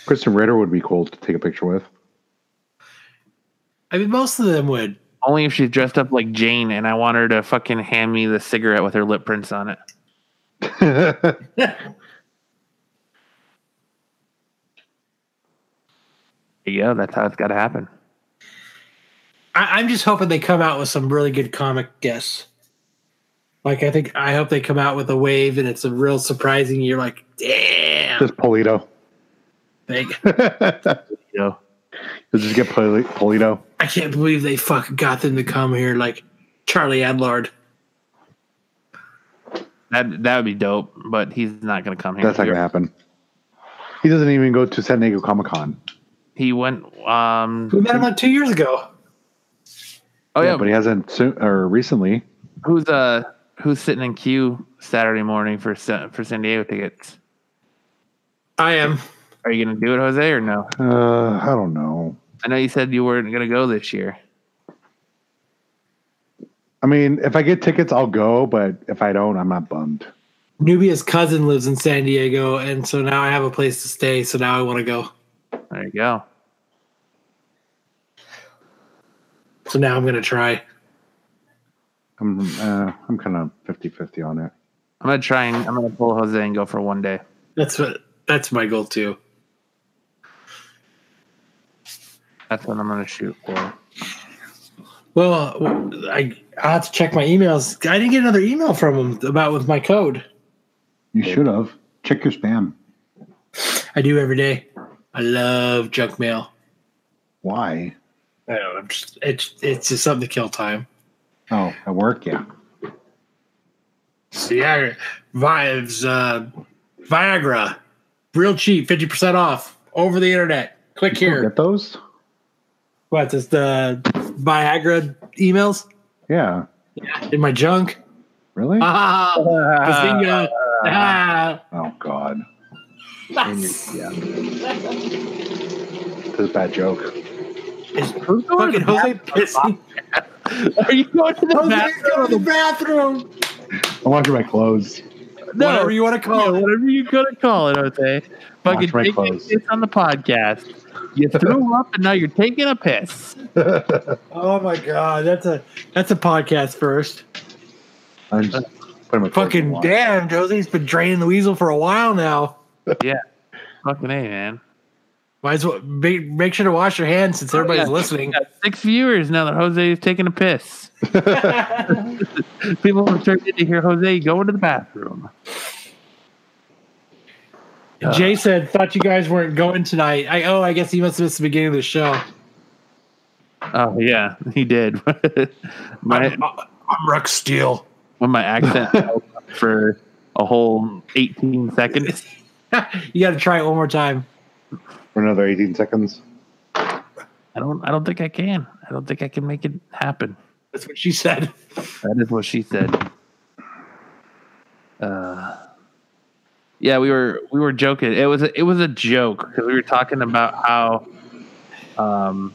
S4: Kristen Ritter would be cool to take a picture with.
S5: I mean, most of them would.
S2: Only if she's dressed up like Jane and I want her to fucking hand me the cigarette with her lip prints on it. There you go. That's how it's got to happen.
S5: I, I'm just hoping they come out with some really good comic guests. Like I think I hope they come out with a wave and it's a real surprising. You're like, damn,
S4: Just Polito.
S5: big.
S2: You know,
S4: Let's just get Poli- Polito.
S5: I can't believe they fucking got them to come here. Like Charlie Adlard.
S2: that that would be dope, but he's not gonna come here.
S4: That's not gonna happen. He doesn't even go to San Diego Comic Con.
S2: He went. Um,
S5: We met him like two years ago.
S2: oh yeah,
S4: but he hasn't soon or recently.
S2: who's uh who's sitting in queue Saturday morning for Sa- for San Diego tickets?
S5: I am.
S2: Are you going to do it, Jose, or no?
S4: Uh, I don't know.
S2: I know you said you weren't going to go this year.
S4: I mean, if I get tickets, I'll go. But if I don't, I'm not bummed.
S5: Nubia's cousin lives in San Diego, and so now I have a place to stay. So now I want to go.
S2: There you go.
S5: So now I'm going to try.
S4: I'm uh, I'm kind of 50-50 on it.
S2: I'm going to try and I'm going to pull Jose and go for one day.
S5: That's what. That's my goal too.
S2: That's what I'm going to shoot for.
S5: Well, I I have to check my emails. I didn't get another email from him about with my code.
S4: You should have check your spam.
S5: I do every day. I love junk mail.
S4: Why?
S5: I don't know, I'm just, it's it's just something to kill time.
S4: Oh, at work, yeah.
S5: So yeah, Vives, uh, Viagra, real cheap, fifty percent off over the internet. Click
S4: You
S5: here.
S4: Get those?
S5: What is the Viagra emails
S4: Yeah.
S5: in my junk?
S4: Really?
S5: Ah, bazinga. Ah.
S4: oh God,
S5: That's-
S4: this is a bad joke.
S5: Is fucking Jose pissing?
S2: Are you going to the
S5: go to the bathroom.
S4: I'm washing my clothes.
S2: No.
S5: Whatever you want to
S2: Yeah,
S5: call it.
S2: whatever you're gonna call it, Jose. Fucking
S4: Watch my
S2: take
S4: clothes.
S2: this on the podcast. You threw up and now you're taking a piss.
S5: Oh my god, that's a that's a podcast first.
S4: I'm just putting my clothes in the
S5: Fucking
S4: wash.
S5: damn, Jose's been draining the weasel for a while now.
S2: Fucking A, man.
S5: Might as well make, make sure to wash your hands since everybody's
S2: yeah. We
S5: listening.
S2: got six viewers now that Jose is taking a piss. People are starting to hear Jose going to the bathroom.
S5: Jay said, "Thought you guys weren't going tonight." I oh, I guess he must have missed the beginning of the show.
S2: Oh yeah, he did. my
S5: I'm, I'm Ruck Steele.
S2: when my accent held up for a whole 18 seconds.
S5: you got to try it one more time.
S4: for another 18 seconds.
S2: I don't. I don't think I can. I don't think I can make it happen.
S5: That's what she said.
S2: That is what she said. Uh, yeah, we were we were joking. It was a, it was a joke because we were talking about how, um,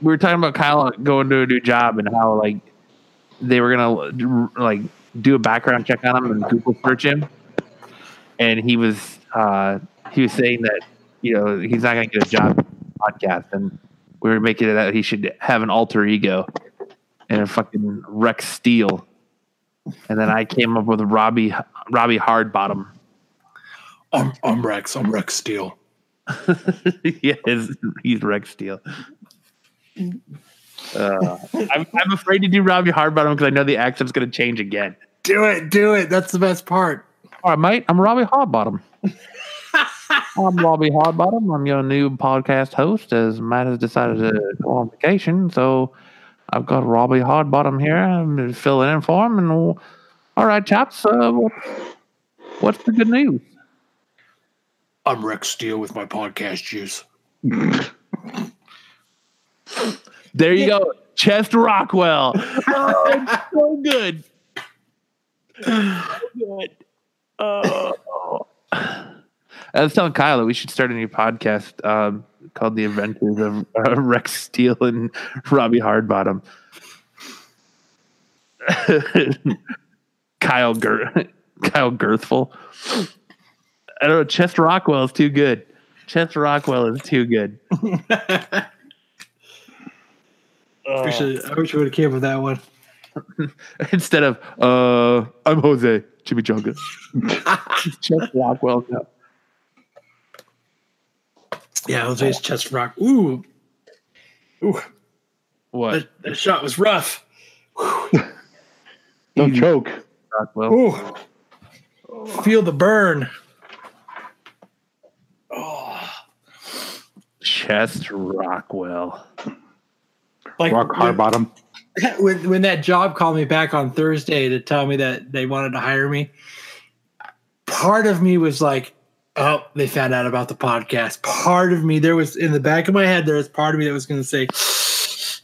S2: we were talking about Kyle going to a new job and how like they were gonna like do a background check on him and Google search him, and he was uh, he was saying that you know he's not gonna get a job podcast and. We were making it out he should have an alter ego and a fucking Rex Steel. And then I came up with Robbie Robbie Hardbottom.
S5: I'm, I'm Rex. I'm Rex Steele.
S2: yeah, his, he's Rex Steel. Uh, I'm, I'm afraid to do Robbie Hardbottom because I know the accent's going to change again.
S5: Do it. Do it. That's the best part.
S2: All right, mate. I'm Robbie Hardbottom. I'm Robbie Hardbottom. I'm your new podcast host, as Matt has decided to go on vacation. So I've got Robbie Hardbottom here. I'm filling in for him. And all right, chaps, uh, what, what's the good news?
S5: I'm Rex Steele with my podcast juice.
S2: There you go, Chest Rockwell. Oh, it's so good. So good. Oh. I was telling Kyle that we should start a new podcast um, called "The Adventures of uh, Rex Steele and Robbie Hardbottom." Kyle Ger- Kyle Girthful. I don't know. Chest Rockwell is too good. Chest Rockwell is too good.
S4: Uh,
S5: I wish I, I wish I would have came with that one.
S2: instead of uh I'm Jose Chimichanga. Chuck Rockwell. No.
S5: Yeah,
S4: Oh.
S5: Jose's chest rock. Ooh, ooh,
S2: What?
S5: that, that shot was rough.
S4: Don't choke.
S2: Rockwell.
S5: Ooh,
S4: Oh.
S5: feel the burn.
S2: Chest Rockwell.
S5: Like
S4: Rock hard bottom.
S5: when, when that job called me back on Thursday to tell me that they wanted to hire me, part of me was like, oh, they found out about the podcast. Part of me, there was in the back of my head, there was part of me that was going to say,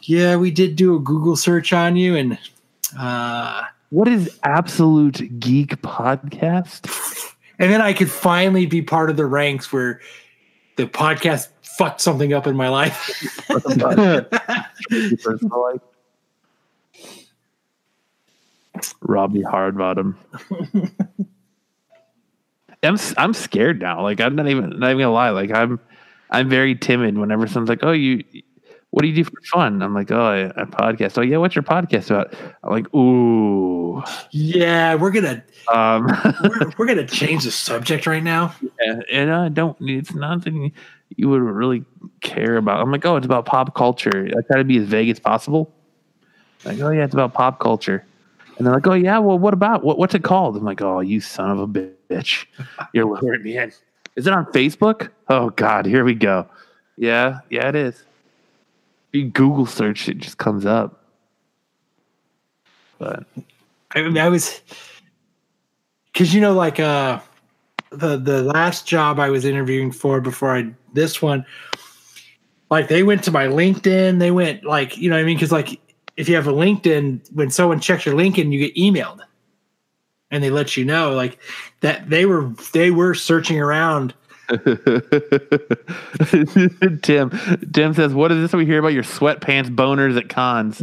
S5: yeah, we did do a Google search on you and Uh,
S2: What is Absolute Geek Podcast?
S5: and then I could finally be part of the ranks where the podcast fucked something up in my life.
S2: Robbie Hardbottom. I'm s- I'm scared now. Like I'm not even not even gonna lie. Like I'm I'm very timid. Whenever someone's like, "Oh, you, what do you do for fun?" I'm like, "Oh, I, I podcast." Oh, yeah, what's your podcast about? I'm like, "Ooh."
S5: yeah, we're gonna
S2: Um,
S5: we're, we're gonna change the subject right now.
S2: Yeah, and I don't. It's nothing you would really care about. I'm like, oh, it's about pop culture. I try to be as vague as possible. Like, oh yeah, it's about pop culture. And they're like, oh yeah, well, what about what, what's it called? I'm like, oh, you son of a bitch, you're luring me in. Is it on Facebook? Oh God, here we go. Yeah, yeah, it is. If you Google search, it just comes up. But
S5: I mean, I was because you know, like uh, the the last job I was interviewing for before I this one, like they went to my LinkedIn. They went like you know what I mean because like if you have a LinkedIn, when someone checks your LinkedIn, you get emailed, and they let you know like that they were they were searching around.
S2: Tim Tim says, "What is this we hear about your sweatpants boners at cons?"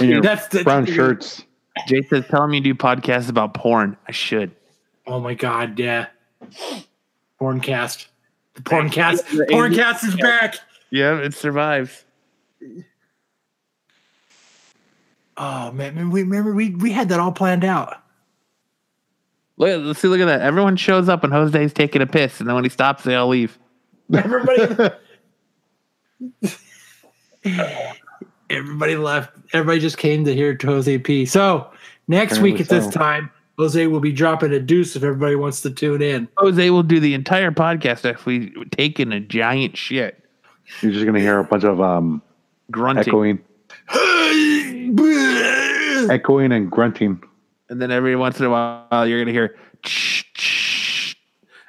S4: And your
S5: That's the
S4: brown shirts.
S2: Jay says, "Tell me you do podcasts about porn." I should.
S5: Oh my god, yeah, porncast. The porncast, porncast is back.
S2: Yeah, it survives.
S5: Oh man, man, we remember we we had that all planned out.
S2: Look, at- let's see. Look at that. Everyone shows up, and Jose's taking a piss, and then when he stops, they all leave.
S5: Everybody. everybody left. Everybody just came to hear Jose P. So next week at
S4: Apparently
S5: this
S4: so.
S5: time, Jose will be dropping a deuce if everybody wants to tune in.
S2: Jose will do the entire podcast if we taking a giant shit,
S4: You're just gonna hear a bunch of um,
S2: grunting,
S4: echoing, echoing and grunting.
S2: and then every once in a while, you're gonna hear "Tsh, tsh,"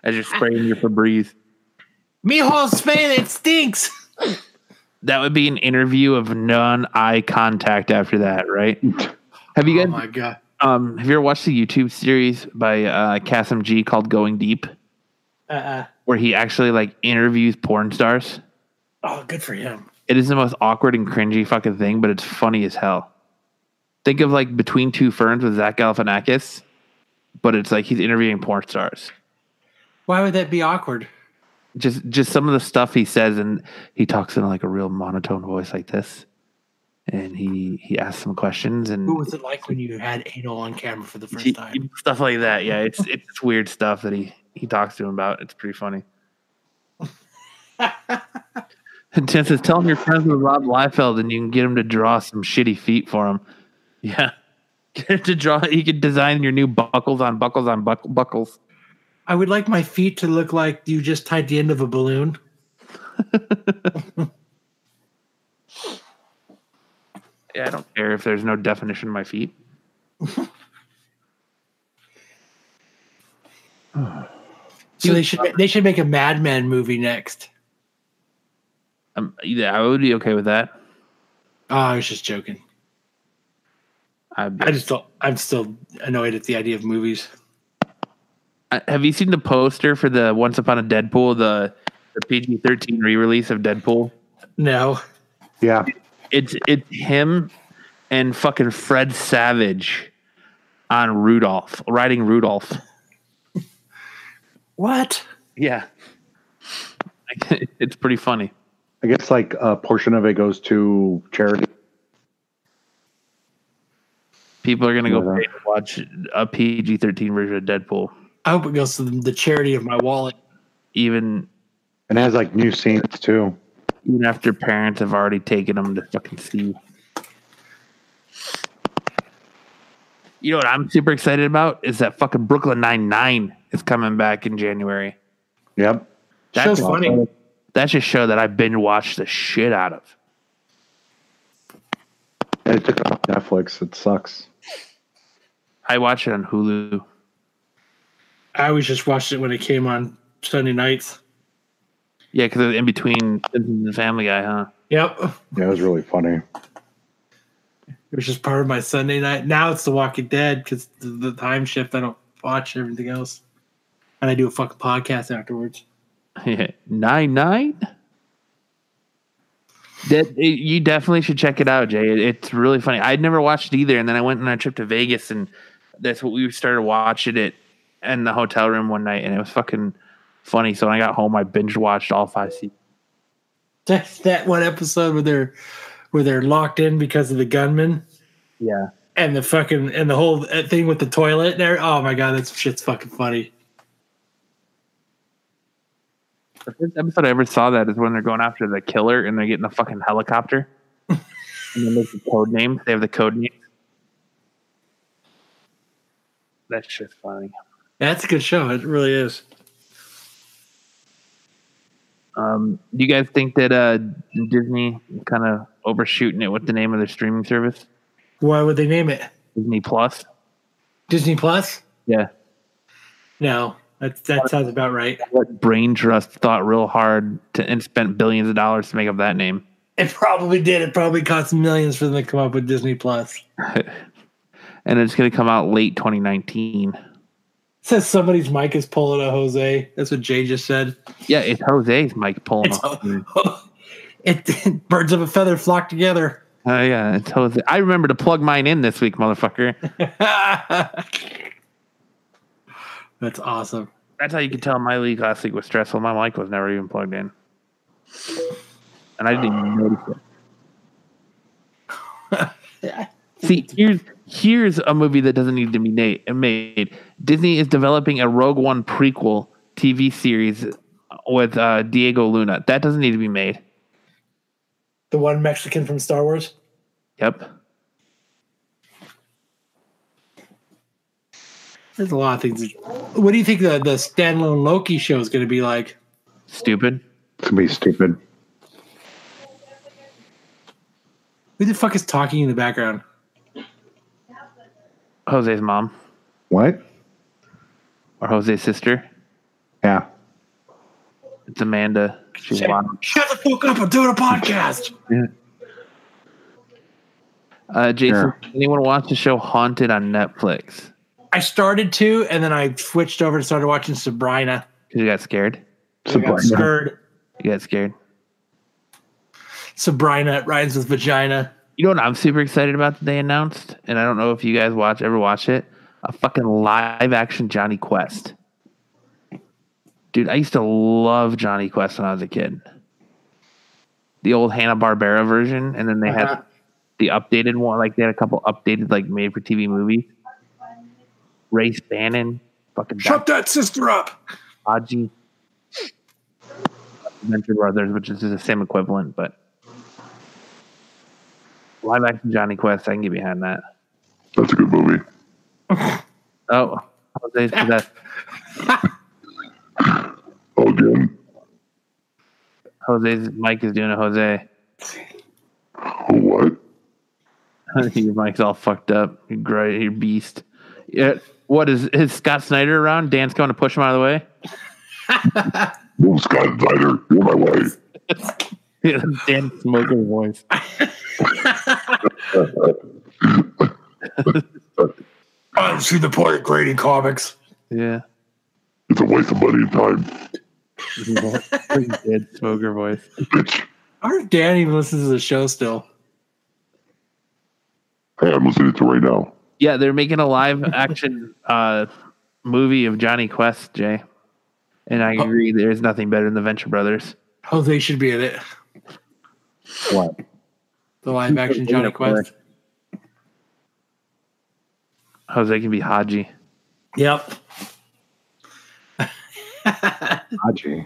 S2: as you're spraying your Febreze.
S5: Mijo Spain, it stinks.
S2: That would be an interview of non-eye contact after that, right? Have you
S5: Oh
S2: guys
S5: my god.
S2: um have you ever watched the YouTube series by uh Kasim G called Going Deep
S5: Uh, uh,
S2: where he actually like interviews porn stars?
S5: oh, good for him.
S2: It is the most awkward and cringy fucking thing, but it's funny as hell. Think of like Between Two Ferns with Zach Galifianakis, but it's like he's interviewing porn stars.
S5: Why would that be awkward?
S2: Just just some of the stuff he says and he talks in like a real monotone voice like this. And he he asks some questions and
S5: What was it like when you had anal on camera for the first time?
S2: stuff like that. Yeah, it's it's just weird stuff that he he talks to him about. It's pretty funny. and Tim says, "Tell him you're friends with Rob Liefeld, and you can get him to draw some shitty feet for him." Yeah, get him to draw. He could design your new buckles on buckles on buck, buckles.
S5: I would like my feet to look like you just tied the end of a balloon.
S2: Yeah, I don't care if there's no definition of my feet.
S5: So they should they should make a Mad Men movie next.
S2: Um, yeah, I would be okay with that.
S5: Oh, I was just joking.
S2: I'd be-
S5: I just don't, I'm still annoyed at the idea of movies.
S2: I- have you seen the poster for the Once Upon a Deadpool, the the PG thirteen re release of Deadpool?
S5: No,
S4: Yeah,
S2: it's it's him and fucking Fred Savage on Rudolph riding Rudolph.
S5: what?
S2: Yeah, it's pretty funny.
S4: I guess like a portion of it goes to charity.
S2: People are gonna go
S4: Yeah.
S2: pay to watch a PG thirteen version of Deadpool.
S5: I hope it goes to the charity of my wallet.
S2: Even
S4: And it has like new scenes too.
S2: even after parents have already taken them to fucking see. You know what I'm super excited about is that fucking Brooklyn Nine Nine is coming back in January.
S4: Yep.
S2: That
S5: Show's
S2: could-
S5: funny.
S2: That's a show that I've been watched the shit out of.
S4: And it took off Netflix. It sucks.
S2: I watch it on Hulu.
S5: I always just watched it when it came on Sunday nights.
S2: Yeah, because in between Simpsons and Family Guy, huh?
S5: Yep.
S4: Yeah, it was really funny.
S5: It was just part of my Sunday night. Now it's The Walking Dead because the, the time shift. I don't watch everything else, and I do a fucking podcast afterwards.
S2: nine nine. That it- you definitely should check it out, Jay. It- it's really funny. I'd never watched it either, and then I went on a trip to Vegas, and that's what we started watching it in the hotel room one night, and it was fucking funny. So when I got home, I binge watched all five seasons.
S5: That, that one episode where they're where they're locked in because of the gunman
S2: Yeah,
S5: and the fucking and the whole uh, thing with the toilet. And every, oh my god, that shit's fucking funny.
S2: the first episode I ever saw that is when they're going after the killer, and they're getting the fucking helicopter, and they make the code names. They have the code names. That's just funny.
S5: That's a good show. It really is.
S2: Um, do you guys think that uh, Disney kind of overshooting it with the name of their streaming service,
S5: Why would they name it
S2: Disney Plus?
S5: Disney Plus?
S2: Yeah,
S5: No, that that sounds about right.
S2: what brain trust thought real hard to and spent billions of dollars to make up that name.
S5: It probably did. It probably cost millions for them to come up with Disney Plus.
S2: And it's going to come out late 2019.
S5: says somebody's mic is pulling a Jose. That's what Jay just said.
S2: Yeah, it's Jose's Mike pulling.
S5: It's,
S2: off. Mm.
S5: it birds of a feather flock together.
S2: Oh yeah, it's Jose. I remember to plug mine in this week, motherfucker.
S5: That's awesome.
S2: That's how you could tell my league last week was stressful. My mic was never even plugged in, and I didn't even notice it. See, here's here's a movie that doesn't need to be na- made. Disney is developing a Rogue One prequel TV series with uh, Diego Luna. That doesn't need to be made.
S5: The one Mexican from Star Wars.
S2: Yep.
S5: There's a lot of things. What do you think the, the standalone Loki show is going to be like?
S2: Stupid.
S4: To be stupid.
S5: Who the fuck is talking in the background?
S2: Jose's mom
S4: What?
S2: or Jose's sister.
S4: Yeah.
S2: It's Amanda. She's wild.
S5: Shut the fuck up! I'm doing a podcast.
S2: Uh, Jason,
S4: Yeah.
S2: anyone watch the show Haunted on Netflix?
S5: I started to, and then I switched over and started watching Sabrina.
S2: Because you got scared.
S5: I got
S4: Sabrina.
S5: scared.
S2: You got scared.
S5: Sabrina it rhymes with vagina.
S2: You know what I'm super excited about that they announced, and I don't know if you guys watch ever watch it. A fucking live action Johnny Quest. Dude, I used to love Johnny Quest when I was a kid. The old Hanna Barbera version, and then they
S5: Uh-huh.
S2: had the updated one. Like they had a couple updated, like made for TV movies. Ray Spannon, fucking
S5: Shut that sister up.
S2: Haji, Venture Brothers, which is the same equivalent, but live action Johnny Quest. I can get behind that.
S6: That's a good movie.
S2: Oh, Jose's possessed.
S6: Again,
S2: Jose's Mike is doing a Jose.
S6: what?
S2: Your mic's all fucked up. You're great. You're beast. Yeah. What is is Scott Snyder around? Dan's going to push him out of the way.
S6: Well, Scott Snyder, you're my wife.
S2: Yeah, Dan smoking voice.
S5: I don't see the point of grading comics.
S2: Yeah,
S6: It's a waste of money and time,
S2: dead smoker voice.
S6: bitch.
S5: I wonder if Dan even listens to the show still.
S6: Hey, I'm listening to it right now.
S2: Yeah, they're making a live action uh, movie of Johnny Quest, Jay. And I agree, there is nothing better than the Venture Brothers.
S5: Jose Oh, should be in it.
S4: What?
S5: The live action Johnny Quest.
S2: Jose can be Haji.
S5: Yep.
S4: Haji.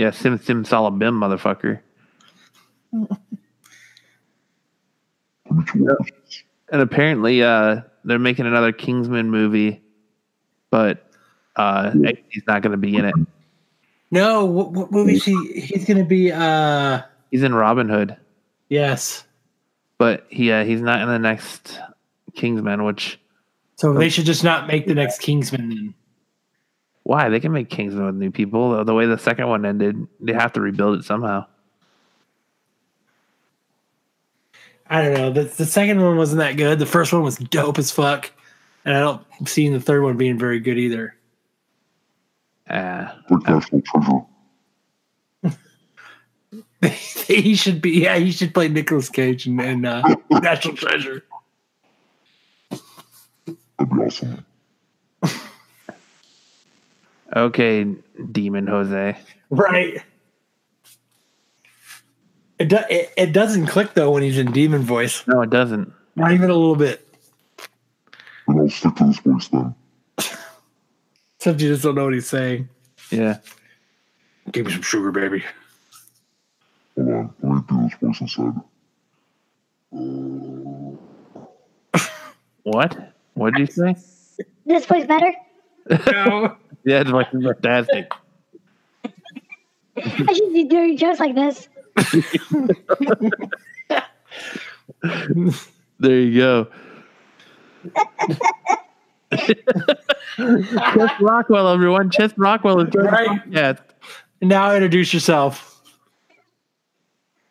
S2: Yeah, Sim Sim Salabim, motherfucker. and apparently, uh, they're making another Kingsman movie, but uh, he's not going to be in it.
S5: No, what, what movie is he? He's going to be, uh,
S2: He's in Robin Hood.
S5: yes.
S2: but he uh, he's not in the next Kingsman. Which
S5: So they should just not make the next Kingsman then.
S2: why they can make Kingsman with new people? The, the way the second one ended, they have to rebuild it somehow.
S5: I don't know. The, the second one wasn't that good. The first one was dope as fuck, and I don't see the third one being very good either.
S2: Uh,
S6: Successful Treasure.
S5: he should be. Yeah, he should play Nicolas Cage and, and uh, National Treasure.
S6: That'd be awesome.
S2: okay, Demon Jose.
S5: Right. It, do, it it doesn't click though when he's in demon voice.
S2: No, it doesn't.
S5: Not even a little bit.
S6: And I'll stick to this voice then.
S5: Except you just don't know what he's saying.
S2: Yeah.
S5: Give me some sugar, baby.
S6: Hold on. Let me do this voice instead.
S2: What? What did you say?
S7: This voice better?
S5: No.
S2: Yeah, it's fucking fantastic.
S7: I should be doing jokes like this.
S2: There you go. Chess Rockwell, everyone. Chess Rockwell is doing
S5: Right.
S2: Yeah.
S5: now introduce yourself.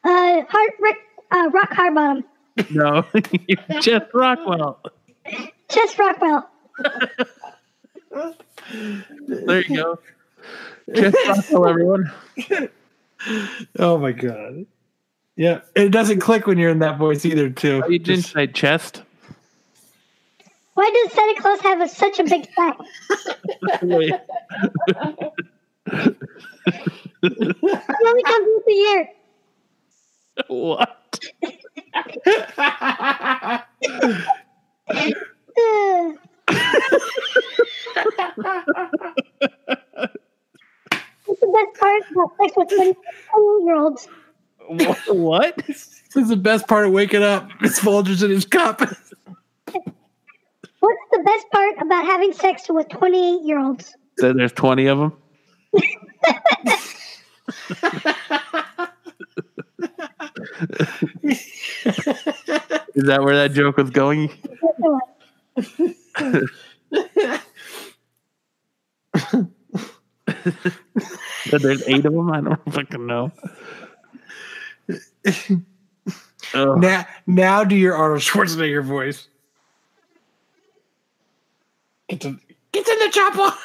S7: Uh, hard, rock, uh, rock hard bottom.
S2: No. Chess Rockwell.
S7: Chess Rockwell.
S2: There you go. Chess Rockwell, everyone.
S5: Oh my god. Yeah, it doesn't click when you're in that voice either, too.
S2: Oh, You didn't
S5: Just-
S2: say chest.
S7: Why does Santa Claus have a, such a big sack?
S2: Wait.
S7: He only comes once a year.
S2: What?
S7: Ugh. That's the best part about sex with 24 year olds.
S2: Wha- What?
S5: this is the best part of waking up. It's Folgers in his cup.
S7: What's the best part about having sex with 28 year olds?
S2: Then there's 20 of them. Is that where that joke was going? That there's eight of them? I don't fucking know. Oh,
S5: Now, now do your Arnold Schwarzenegger voice. Get in, get in the chopper.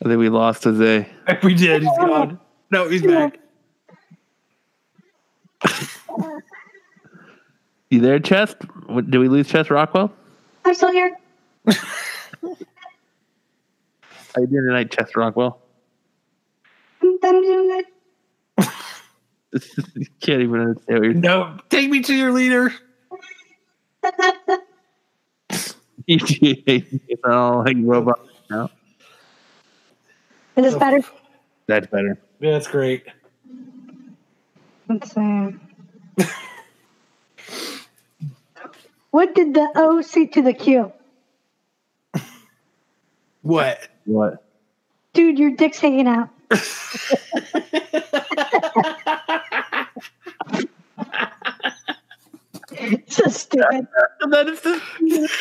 S2: I think we lost Jose.
S5: We did. He's gone. No, he's back.
S2: You there, Chest? What, did we lose Chest Rockwell?
S7: I'm still here.
S2: How you doing tonight, Chest Rockwell?
S7: I'm done doing that.
S2: you can't even understand what you're
S5: No, take me to your leader.
S2: It's all like robot. No,
S7: Is this better?
S2: that's better.
S5: Yeah, that's great.
S7: what did the O say to the Q?
S5: What?
S2: What?
S7: Dude, your dick's hanging out. so stupid.
S2: And then it's just,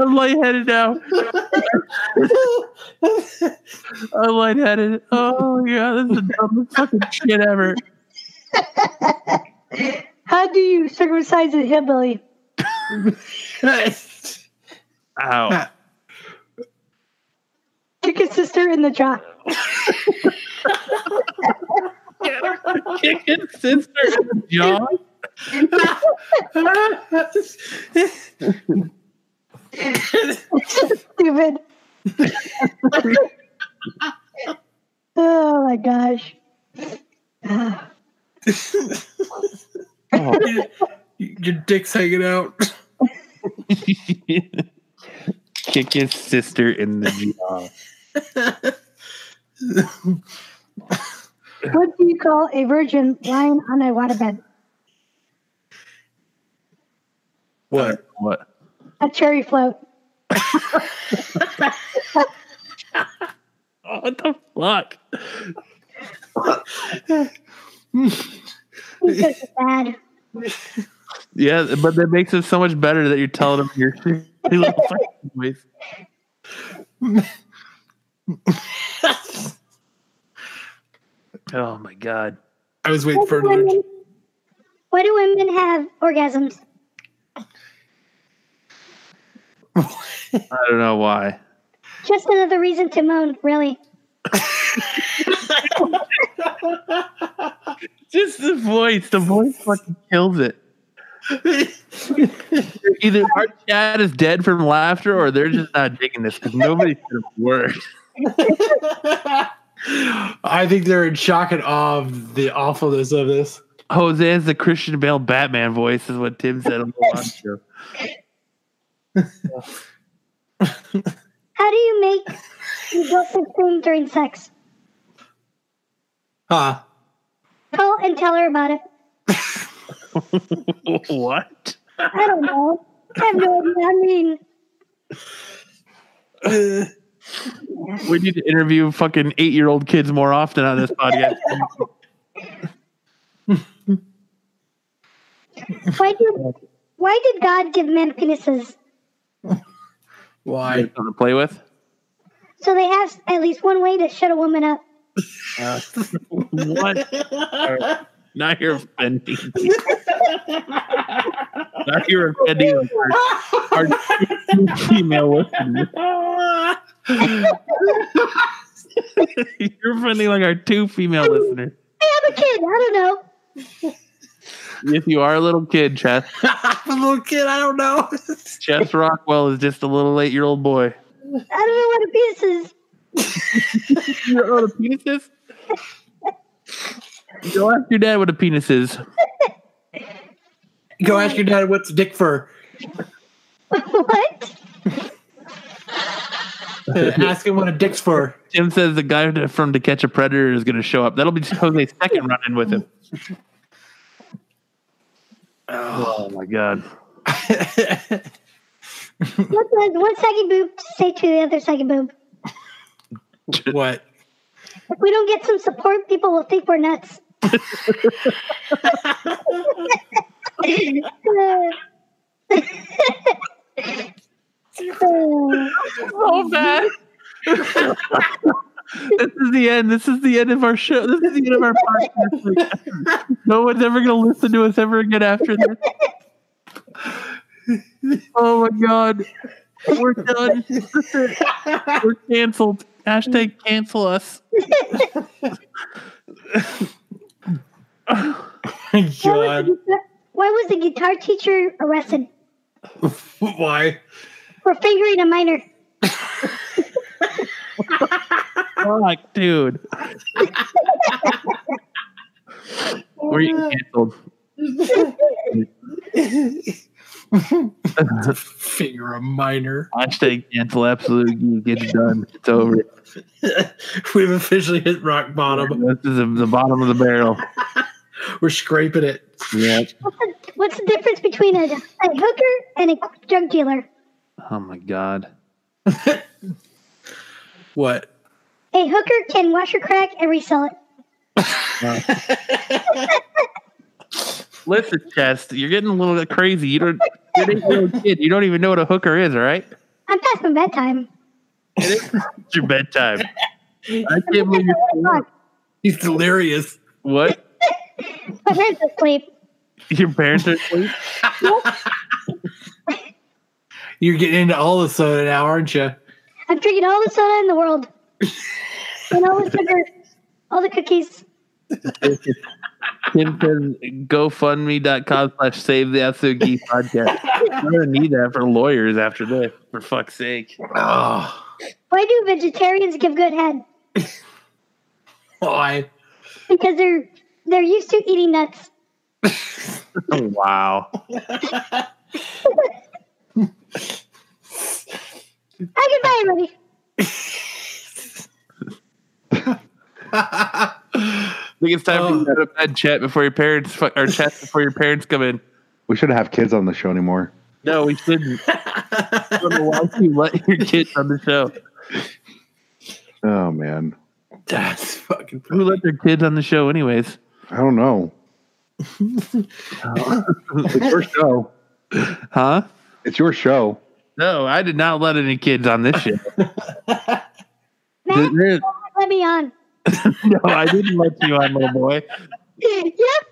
S2: I'm lightheaded now. I'm lightheaded. Oh my god, this is the dumbest fucking shit ever.
S7: How do you circumcise a hillbilly?
S2: Ow.
S7: Kick his sister in the jaw.
S2: Kick his sister in the jaw.
S7: so stupid. oh my gosh.
S5: your dick's hanging out.
S2: Kick his sister in the jaw.
S7: What do you call a virgin lying on a waterbed?
S5: What?
S2: What?
S7: A cherry float.
S2: Oh, what the fuck?
S7: He's just bad.
S2: Yeah, but that makes it so much better that you're telling him your your little fucking voice. Oh my god.
S5: I was waiting
S8: Why
S5: for
S8: do,
S5: an orange.
S8: women, why do women have orgasms?
S2: I don't know why.
S8: Just another reason to moan, really.
S2: Just the voice. The voice fucking kills it. Either our chat is dead from laughter or they're just not digging this because nobody said a word.
S5: I think they're in shock and awe of the awfulness of this.
S2: Jose is the Christian Bale Batman voice, is what Tim said on the last show.
S8: How do you make your girlfriend scream during sex?
S5: Huh.
S8: Call and tell her about it.
S2: What?
S8: I don't know. I have no idea. I mean,
S2: We need to interview fucking eight year old kids more often on this podcast.
S8: why do why did God give men penises?
S5: Why?
S2: Something to play with.
S8: So they have at least one way to shut a woman up.
S2: What? Now you're offending. me. now you're offending our, our female listeners. you're offending like our two female listeners.
S8: I am a kid. I don't know.
S2: If you are a little kid, Chess,
S5: I'm a little kid. I don't know.
S2: Chess Rockwell is just a little eight year old boy.
S8: I don't know what a penis is.
S2: You don't know what a penis is? Go ask your dad what a penis is.
S5: Go ask your dad what's dick for.
S8: what?
S5: ask him what a dick's for.
S2: Tim says the guy to- from To Catch a Predator is going to show up. That'll be Jose's second run in with him. Oh my god!
S8: What does one saggy boob say to the other saggy boob?
S5: what?
S8: If we don't get some support, people will think we're nuts. Uh,
S2: So bad. this is the end. This is the end of our show. This is the end of our podcast. no one's ever going to listen to us ever again after this. Oh my god! We're done. We're canceled. Hashtag cancel us.
S8: why, was
S5: God.
S8: the, guitar- why was the guitar teacher arrested
S5: Why?
S8: for fingering a minor?
S2: Fuck, dude. We're getting canceled.
S5: Figure a minor.
S2: Hashtag cancel absolute geek. It's done. It's over.
S5: We've officially hit rock bottom.
S2: This is the bottom of the barrel.
S5: We're scraping it.
S2: Yeah.
S8: What's the, what's the difference between a, a hooker and a drug dealer?
S2: Oh my god.
S5: What?
S8: A hooker can wash your crack and resell it.
S2: Listen, Chest, you're getting a little bit crazy. You don't you're an eight-year-old kid. You don't even know what a hooker is, all right?
S8: I'm past my bedtime.
S2: It's your bedtime. I can't believe you're still up.
S5: He's delirious.
S2: What?
S8: My parents are asleep.
S2: Your parents are asleep?
S5: You're getting into all the soda now, aren't you?
S8: I'm drinking all the soda in the world. and all the sugar, all the cookies.
S2: Tim says GoFundMe.com slash save the absolute geek podcast. I'm gonna need that for lawyers after this, for fuck's sake.
S5: Oh,
S8: Why do vegetarians give good head?
S5: why?
S8: Because they're they're used to eating nuts.
S2: wow.
S8: Oh, goodbye, everybody.
S2: I think it's time for you to
S5: Oh.
S2: go to bed, chat before your parents fu- or chat before your parents come in.
S4: We shouldn't have kids on the show anymore.
S2: No, we shouldn't. I don't know why you let your kids on the show.
S4: Oh man,
S5: That's fucking.
S2: Who let their kids on the show, anyways?
S4: I don't know. it's your show.
S2: Huh?
S4: It's your show.
S2: No, I did not let any kids on this show.
S8: Matt,
S2: There-
S8: let me on.
S2: no, I didn't let you on, little boy.
S8: yep.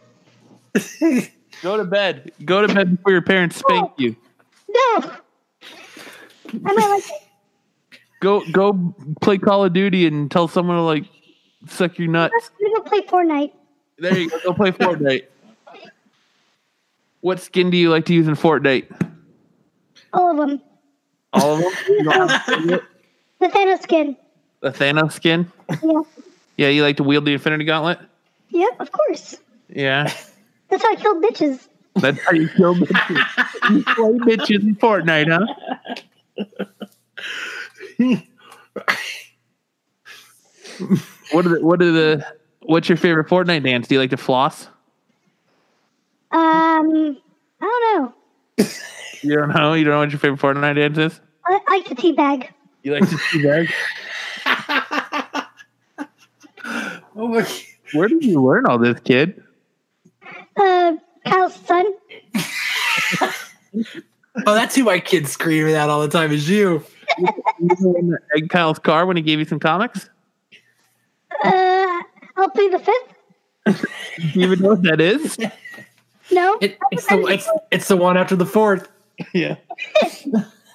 S2: Go to bed. Go to bed before your parents spank you.
S8: No. I might like it.
S2: Go go play Call of Duty and tell someone to like suck your nuts.
S8: I'm gonna go play Fortnite.
S2: There you go. Go play Fortnite. What skin do you like to use in Fortnite?
S8: All of them.
S2: All of them. You don't have a favorite?
S8: The Thanos skin.
S2: the Thanos skin.
S8: Yeah.
S2: Yeah, you like to wield the Infinity Gauntlet.
S8: Yep. Of course.
S2: Yeah,
S8: That's how I killed bitches.
S2: that's how you kill bitches. You play bitches in Fortnite, huh? What are the, what are the what's your favorite Fortnite dance? Do you like to floss?
S8: Um. I don't know.
S2: You don't know. You don't know what your favorite Fortnite dance is.
S8: I, I like the tea bag.
S2: You like to see that?
S5: Oh my!
S2: Where did you learn all this, kid?
S8: Uh, Kyle's son.
S5: Oh, that's who my kids scream at all the time. Is you?
S2: You were in Egg Kyle's car when he gave you some comics.
S8: Uh, I'll play the fifth.
S2: Do you even know what that is?
S8: No.
S5: It, it's the it's, it's the one after the fourth.
S2: Yeah.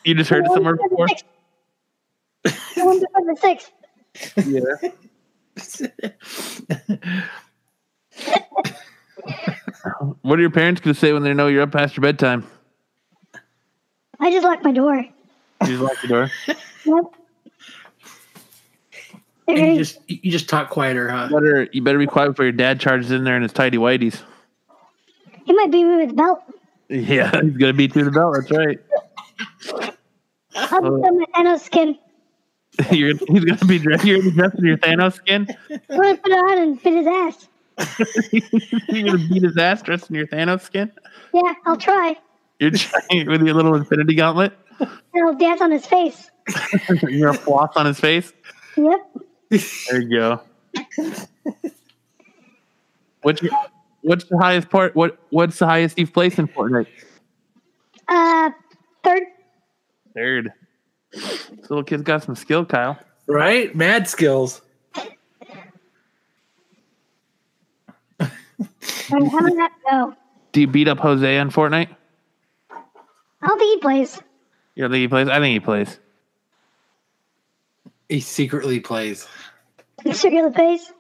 S2: You just heard it somewhere before.
S8: The one before the sixth.
S2: Yeah. What are your parents gonna say when they know you're up past your bedtime?
S8: I just locked my door.
S2: You just lock the door.
S8: Yep. They're
S5: And
S8: gonna,
S5: you just you just talk quieter, huh?
S2: Better you better be quiet before your dad charges in there in his tidy whities.
S8: he might beat me with a belt.
S2: Yeah, he's gonna beat you to the belt. That's right.
S8: I'll put on my Thanos skin.
S2: You're, he's gonna be dressed. You're gonna be dressed in your Thanos skin.
S8: I'm gonna put it on and beat his ass.
S2: You're gonna beat his ass dressed in your Thanos skin.
S8: Yeah, I'll try.
S2: You're trying with your little Infinity Gauntlet.
S8: And I'll dance on his face.
S2: You're gonna floss on his face.
S8: Yep.
S2: There you go. What's your, what's the highest part? What what's the highest you've placed in Fortnite?
S8: Uh, third.
S2: Third. This little kid's got some skill, Kyle.
S5: Right? Mad skills.
S8: Or How did that go?
S2: Do you beat up Jose on Fortnite?
S8: I don't think he plays.
S2: You don't think he plays? I think he plays.
S5: He secretly plays.
S8: Sugar the face.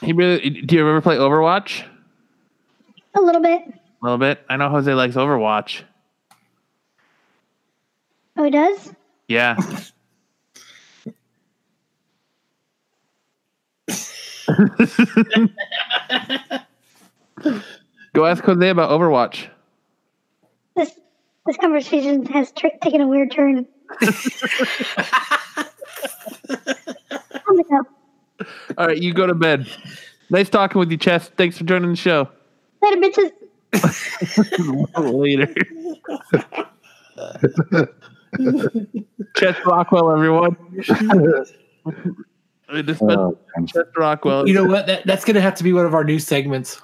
S2: He really. Do you ever play Overwatch?
S8: A little bit.
S2: A little bit. I know Jose likes Overwatch.
S8: Oh, he does?
S2: Yeah. Go ask Jose about Overwatch.
S8: This this conversation has tr- taken a weird turn. I'm gonna go.
S2: All right, you go to bed. Nice talking with you, Chess. Thanks for joining the show.
S8: Later, bitches.
S2: Later. Chess Rockwell, everyone. I just met
S4: Uh,
S2: Chess Rockwell.
S5: You know what? That, that's gonna have to be one of our new segments.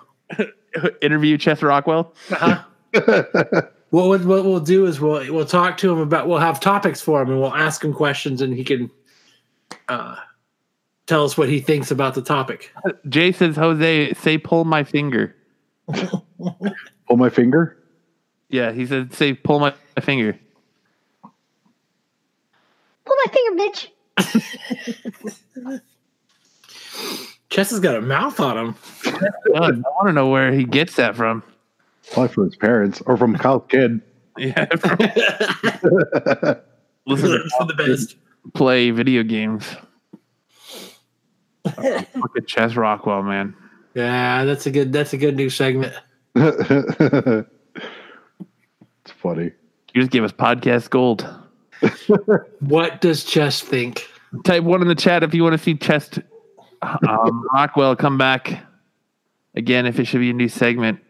S2: interview Chess Rockwell.
S5: Uh-huh. what, what what we'll do is we'll we'll talk to him about we'll have topics for him and we'll ask him questions and he can uh, tell us what he thinks about the topic.
S2: Jay says, Jose, say pull my finger.
S4: pull my finger.
S2: Yeah, he said, say pull my finger.
S8: Pull my finger, bitch.
S5: Chess has got a mouth on him.
S2: God, I want to know where he gets that from.
S4: Probably from his parents or from Kyle's kid.
S2: Yeah. from- Listen to
S5: for the best.
S2: play video games. Look at Chess Rockwell, man.
S5: Yeah, that's a good that's a good new segment.
S4: it's funny.
S2: You just gave us podcast gold.
S5: What does Chess think?
S2: Type one in the chat if you want to see Chess um, Rockwell come back again. If it should be a new segment,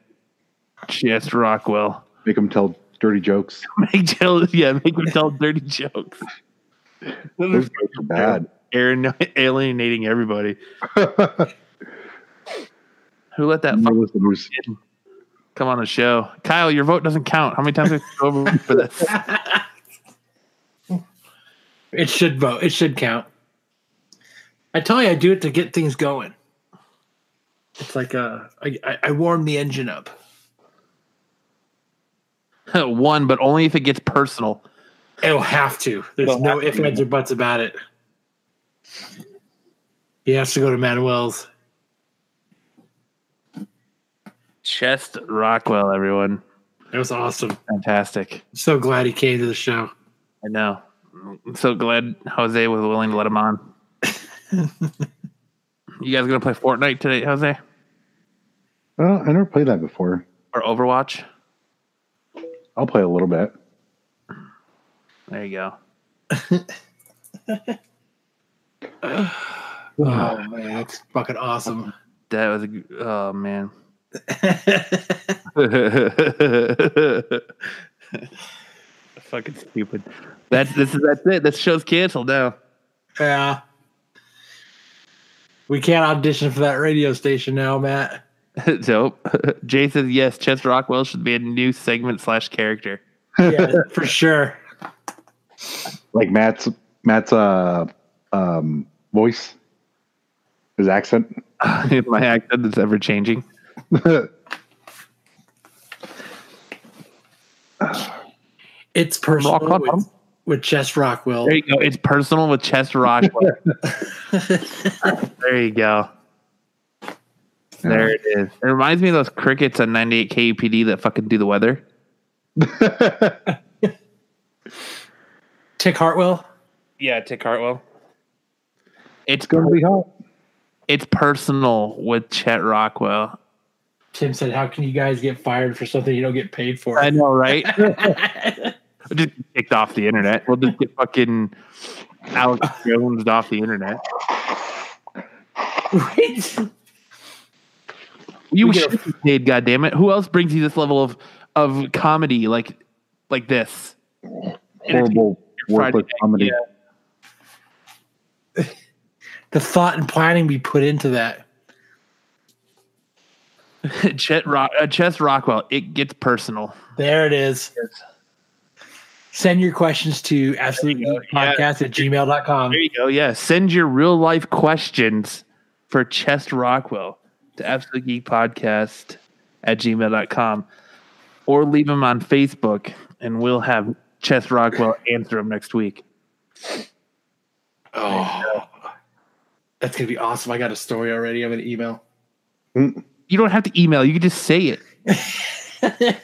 S2: Chess Rockwell.
S4: Make him tell dirty jokes.
S2: Make Jill, yeah, make him tell dirty jokes.
S4: Those jokes are bad.
S2: Aaron alienating everybody. Who let that
S4: My
S2: fuck
S4: listeners.
S2: come on the show? Kyle, your vote doesn't count. How many times have you over for this?
S5: It should vote. It should count. I tell you, I do it to get things going. It's like a, I, I- I warm the engine up.
S2: One, but only if it gets personal.
S5: It'll have to. There's
S4: It'll
S5: no
S4: have
S5: ifs,
S4: to.
S5: ands, or buts about it. He has to go to Manuel's.
S2: Chest Rockwell, everyone.
S5: It was awesome.
S2: Fantastic.
S5: So glad he came to the show.
S2: I know. I'm so glad Jose was willing to let him on. you guys gonna play Fortnite today, Jose?
S4: Well, I never played that before.
S2: Or Overwatch?
S4: I'll play a little bit.
S2: There you go.
S5: Oh man, that's fucking awesome.
S2: That was a g oh man. Fucking stupid. That's this is that's it. This show's canceled now.
S5: yeah. We can't audition for that radio station now, Matt.
S2: Dope. Jay says yes. Chess Rockwell should be a new segment slash character.
S5: Yeah, for sure.
S4: Like Matt's Matt's uh um voice, his accent.
S2: if my accent is ever changing.
S5: It's personal
S2: Rock on,
S5: with,
S2: Tom.
S5: with Chess Rockwell.
S2: There you go. It's personal with Chess Rockwell. there you go. There it is. It reminds me of those crickets on 98 KUPD that fucking do the weather.
S5: Tick Hartwell.
S2: Yeah, Tick Hartwell. It's
S4: Gonna be hot.
S2: it's personal with Chet Rockwell.
S5: Tim said, "How can you guys get fired for something you don't get paid for?"
S2: I know, right? We'll just get kicked off the internet. We'll just get fucking Alex Jones off the internet. You
S5: We
S2: should
S5: get
S2: be paid, goddammit. Who else brings you this level of of comedy like like this?
S4: Horrible
S2: Friday
S4: worthless
S2: night,
S4: comedy.
S5: the thought and planning we put into that.
S2: Chet Rock, uh, Chess Rockwell. It gets personal.
S5: There it is. Send your questions to absolutely podcast at gmail.com.
S2: There you go. Yeah, send your real life questions for Chest Rockwell to Absolute Geek Podcast at gmail.com or leave them on Facebook and we'll have Chest Rockwell answer them next week.
S5: Oh, that's gonna be awesome. I got a story already. I'm gonna email.
S2: You don't have to email. You can just say it.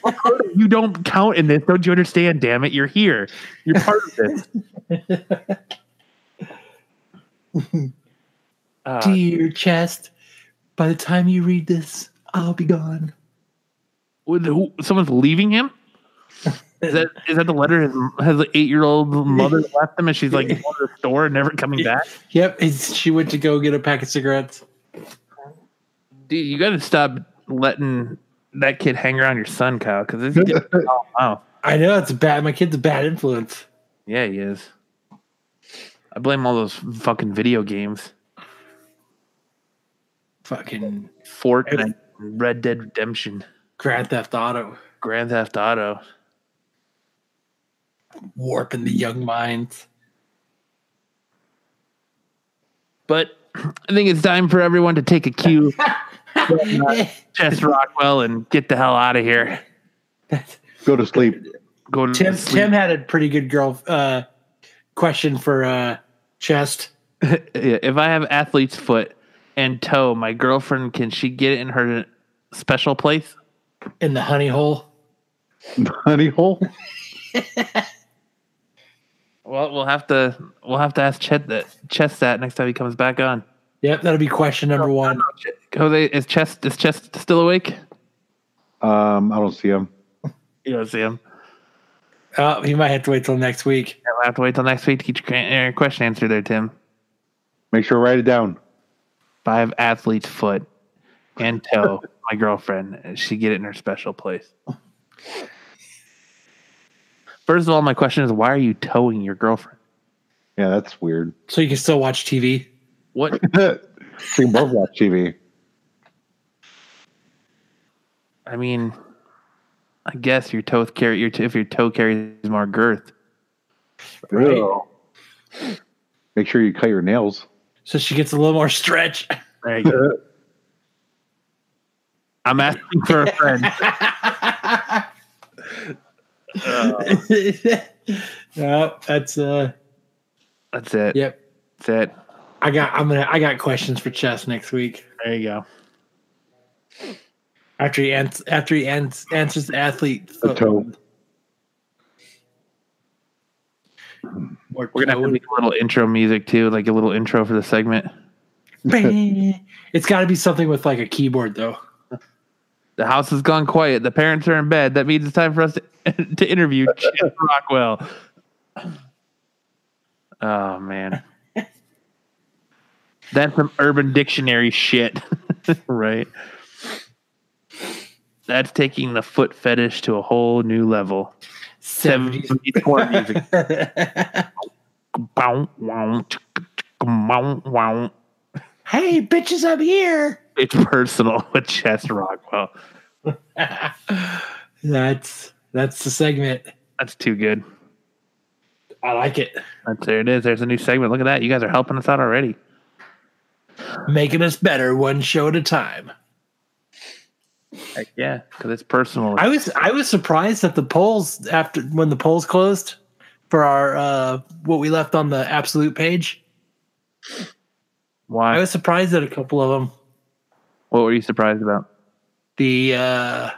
S2: What part of you don't count in this. Don't you understand? Damn it, you're here. You're part of this. Uh,
S5: Dear chest, by the time you read this, I'll be gone.
S2: with who, someone's leaving him. Is that is that the letter his, his eight year old mother left him, and she's like going to the store and never coming back?
S5: Yep, it's, she went to go get a pack of cigarettes.
S2: Dude, you got to stop letting that kid hang around your son, Kyle. Because this kid, oh, wow,
S5: I know it's bad. My kid's a bad influence.
S2: yeah, he is. I blame all those fucking video games,
S5: Fucking
S2: Fortnite, Red Dead Redemption,
S5: Grand Theft Auto,
S2: Grand Theft Auto.
S5: warping the young minds.
S2: But I think it's time for everyone to take a cue, from, uh, Chess Rockwell, and get the hell out of here.
S4: Go to sleep.
S2: Go to
S5: Tim
S2: sleep.
S5: Tim had a pretty good girl uh, question for uh, chest.
S2: Yeah, if I have athlete's foot and toe, my girlfriend can she get it in her special place?
S5: in the honey hole.
S4: Honey hole.
S2: Well, we'll have to we'll have to ask Chet that Chess that next time he comes back on.
S5: Yep, that'll be question number one.
S2: Jose is Chess is Chess still awake?
S4: Um, I don't see him.
S2: You don't see him.
S5: Oh, he might have to wait till next week.
S2: Yeah, We'll have to wait till next week to get your cra- uh, question answered there, Tim.
S4: Make sure to write it down.
S2: If I have athlete's foot and toe, my girlfriend she get it in her special place. First of all, my question is why are you towing your girlfriend?
S4: Yeah, that's weird.
S5: So you can still watch TV.
S2: What
S4: we can both watch TV.
S2: I mean, I guess your toe carry your if your toe carries more girth.
S5: Right.
S4: Ew. Make sure you cut your nails.
S5: So she gets a little more stretch.
S2: There you go. I'm asking for a friend.
S5: no, that's uh.
S2: That's it.
S5: Yep.
S2: That's it.
S5: I got. I'm gonna. I got questions for chess next week.
S2: There you go.
S5: After he ans- after he ans- answers the athlete. oh,
S4: The toe.
S5: Or
S2: We're gonna have to make a little intro music too, like a little intro for the segment.
S5: toe. it's got to be something with like a keyboard though.
S2: The house has gone quiet. The parents are in bed. That means it's time for us to, to interview Chip Rockwell. Oh man, that's some Urban Dictionary shit, right? That's taking the foot fetish to a whole new level.
S5: 70s.
S2: 70s horror music. Bow, wow, tsk, tsk, wow, wow.
S5: hey, bitches, I'm here.
S2: It's personal with Chess Rockwell.
S5: That's that's the segment.
S2: That's too good.
S5: I like it.
S2: That's, there it is. There's a new segment. Look at that. You guys are helping us out already.
S5: Making us better one show at a time.
S2: Heck yeah, because it's personal.
S5: I was I was surprised that the polls after when the polls closed for our uh what we left on the absolute page.
S2: Why?
S5: I was surprised at a couple of them.
S2: what were you surprised about?
S5: The uh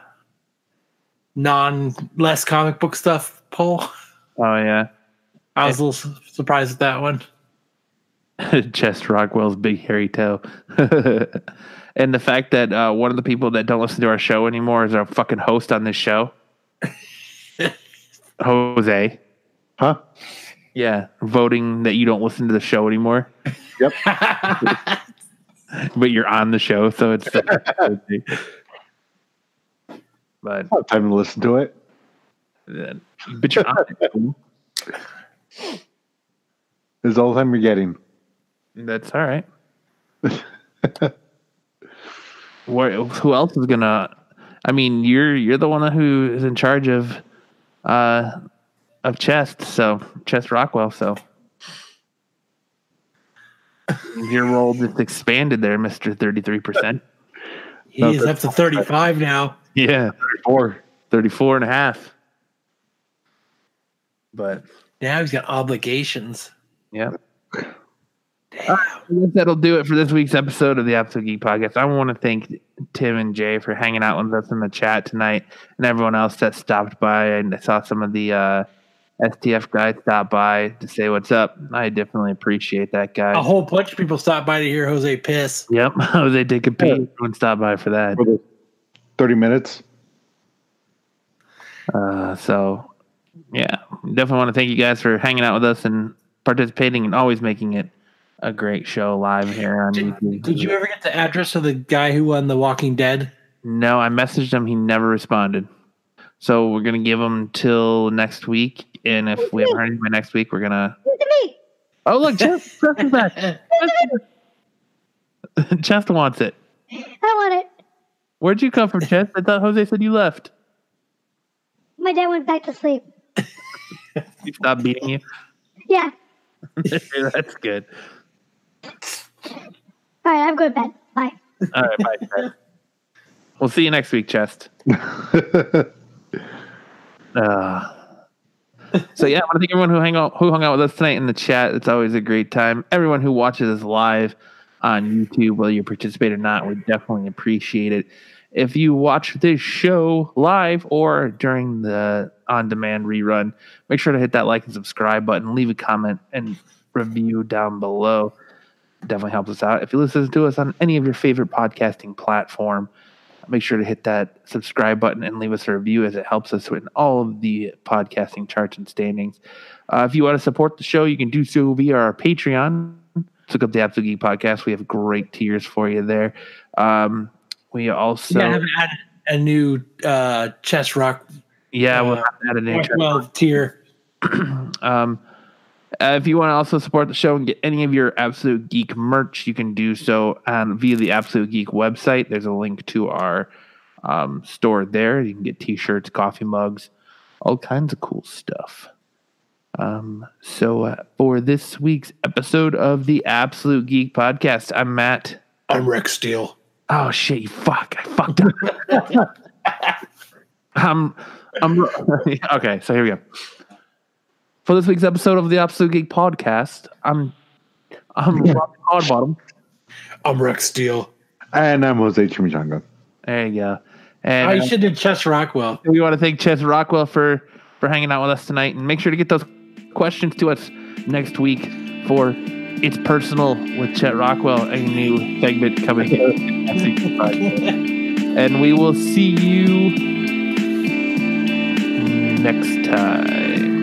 S5: non less comic book stuff poll.
S2: Oh yeah,
S5: I was a little su- surprised at that one.
S2: Chest Rockwell's big hairy toe, and the fact that uh, one of the people that don't listen to our show anymore is our fucking host on this show, Jose.
S4: Huh?
S2: Yeah, voting that you don't listen to the show anymore, but you're on the show, so it's. but uh,
S4: I don't have time to listen to it.
S2: but you're on it.
S4: This is all the time you're getting.
S2: That's all right. Where, who else is gonna? I mean, you're you're the one who is in charge of, uh, of chest. So chest Rockwell. So your role just expanded there, Mister Thirty Three Percent.
S5: He's up to 35 now.
S2: Yeah,
S4: Or
S2: 34 and a half. But
S5: Now he's got obligations.
S2: yeah. I guess that'll do it for this week's episode of the Absolute Geek Podcast. I want to thank Tim and Jay for hanging out with us in the chat tonight, and everyone else that stopped by. And I saw some of the uh, STF guys stop by to say what's up. I definitely appreciate that, guys.
S5: A whole bunch of people stopped by to hear Jose piss.
S2: Yep, Oh, they did compete. Everyone stopped by for that.
S4: for the 30 minutes.
S2: Uh, so, yeah, definitely want to thank you guys for hanging out with us and participating, and always making it a great show live here on YouTube.
S5: Did you ever get the address of the guy who won The Walking Dead?
S2: No, I messaged him. He never responded. So we're gonna give him till next week, and if we haven't heard anything by next week, we're gonna.
S8: Look at me.
S2: Oh look, Chest, Chest is back. Chest wants it.
S8: I want it.
S2: Where'd you come from, Chest? I thought Jose said you left.
S8: My dad went back to sleep.
S2: He stopped beating you.
S8: Yeah.
S2: That's good.
S8: All right, I'm going to bed. Bye.
S2: All right, bye. Chest. We'll see you next week, Chest. Uh, so yeah, I want to thank everyone who hang out who hung out with us tonight in the chat. It's always a great time. Everyone who watches us live on YouTube, whether you participate or not, we definitely appreciate it. If you watch this show live or during the on-demand rerun, make sure to hit that like and subscribe button, leave a comment and review down below. Definitely helps us out. If you listen to us on any of your favorite podcasting platform, make sure to hit that subscribe button and leave us a review as it helps us in all of the podcasting charts and standings. Uh, if you want to support the show, you can do so via our Patreon. Look up the Absolute Geek Podcast. We have great tiers for you there. Um, we also,
S5: yeah, I
S2: yeah,
S5: haven't added a new uh, chess rock
S2: we'll have to add an intro.
S5: twelve tier.
S2: Um, uh, if you want to also support the show and get any of your Absolute Geek merch, you can do so on, via the Absolute Geek website. There's a link to our um, store there. You can get T-shirts, coffee mugs, all kinds of cool stuff. Um, so uh, for this week's episode of the Absolute Geek Podcast, I'm Matt.
S5: I'm Rex Steele.
S2: Oh shit! You fuck! I fucked up. um, I'm okay. So here we go. For this week's episode of the Absolute Geek Podcast, I'm I'm Rob Hardbottom.
S5: I'm Rex Steele.
S4: And I'm Jose Chimichanga.
S2: There you go.
S5: I
S2: And uh,
S5: should have Chess Rockwell.
S2: we want to thank Ches Rockwell for for hanging out with us tonight, and make sure to get those questions to us next week for it's personal with Chet Rockwell, a new segment coming. and we will see you next time.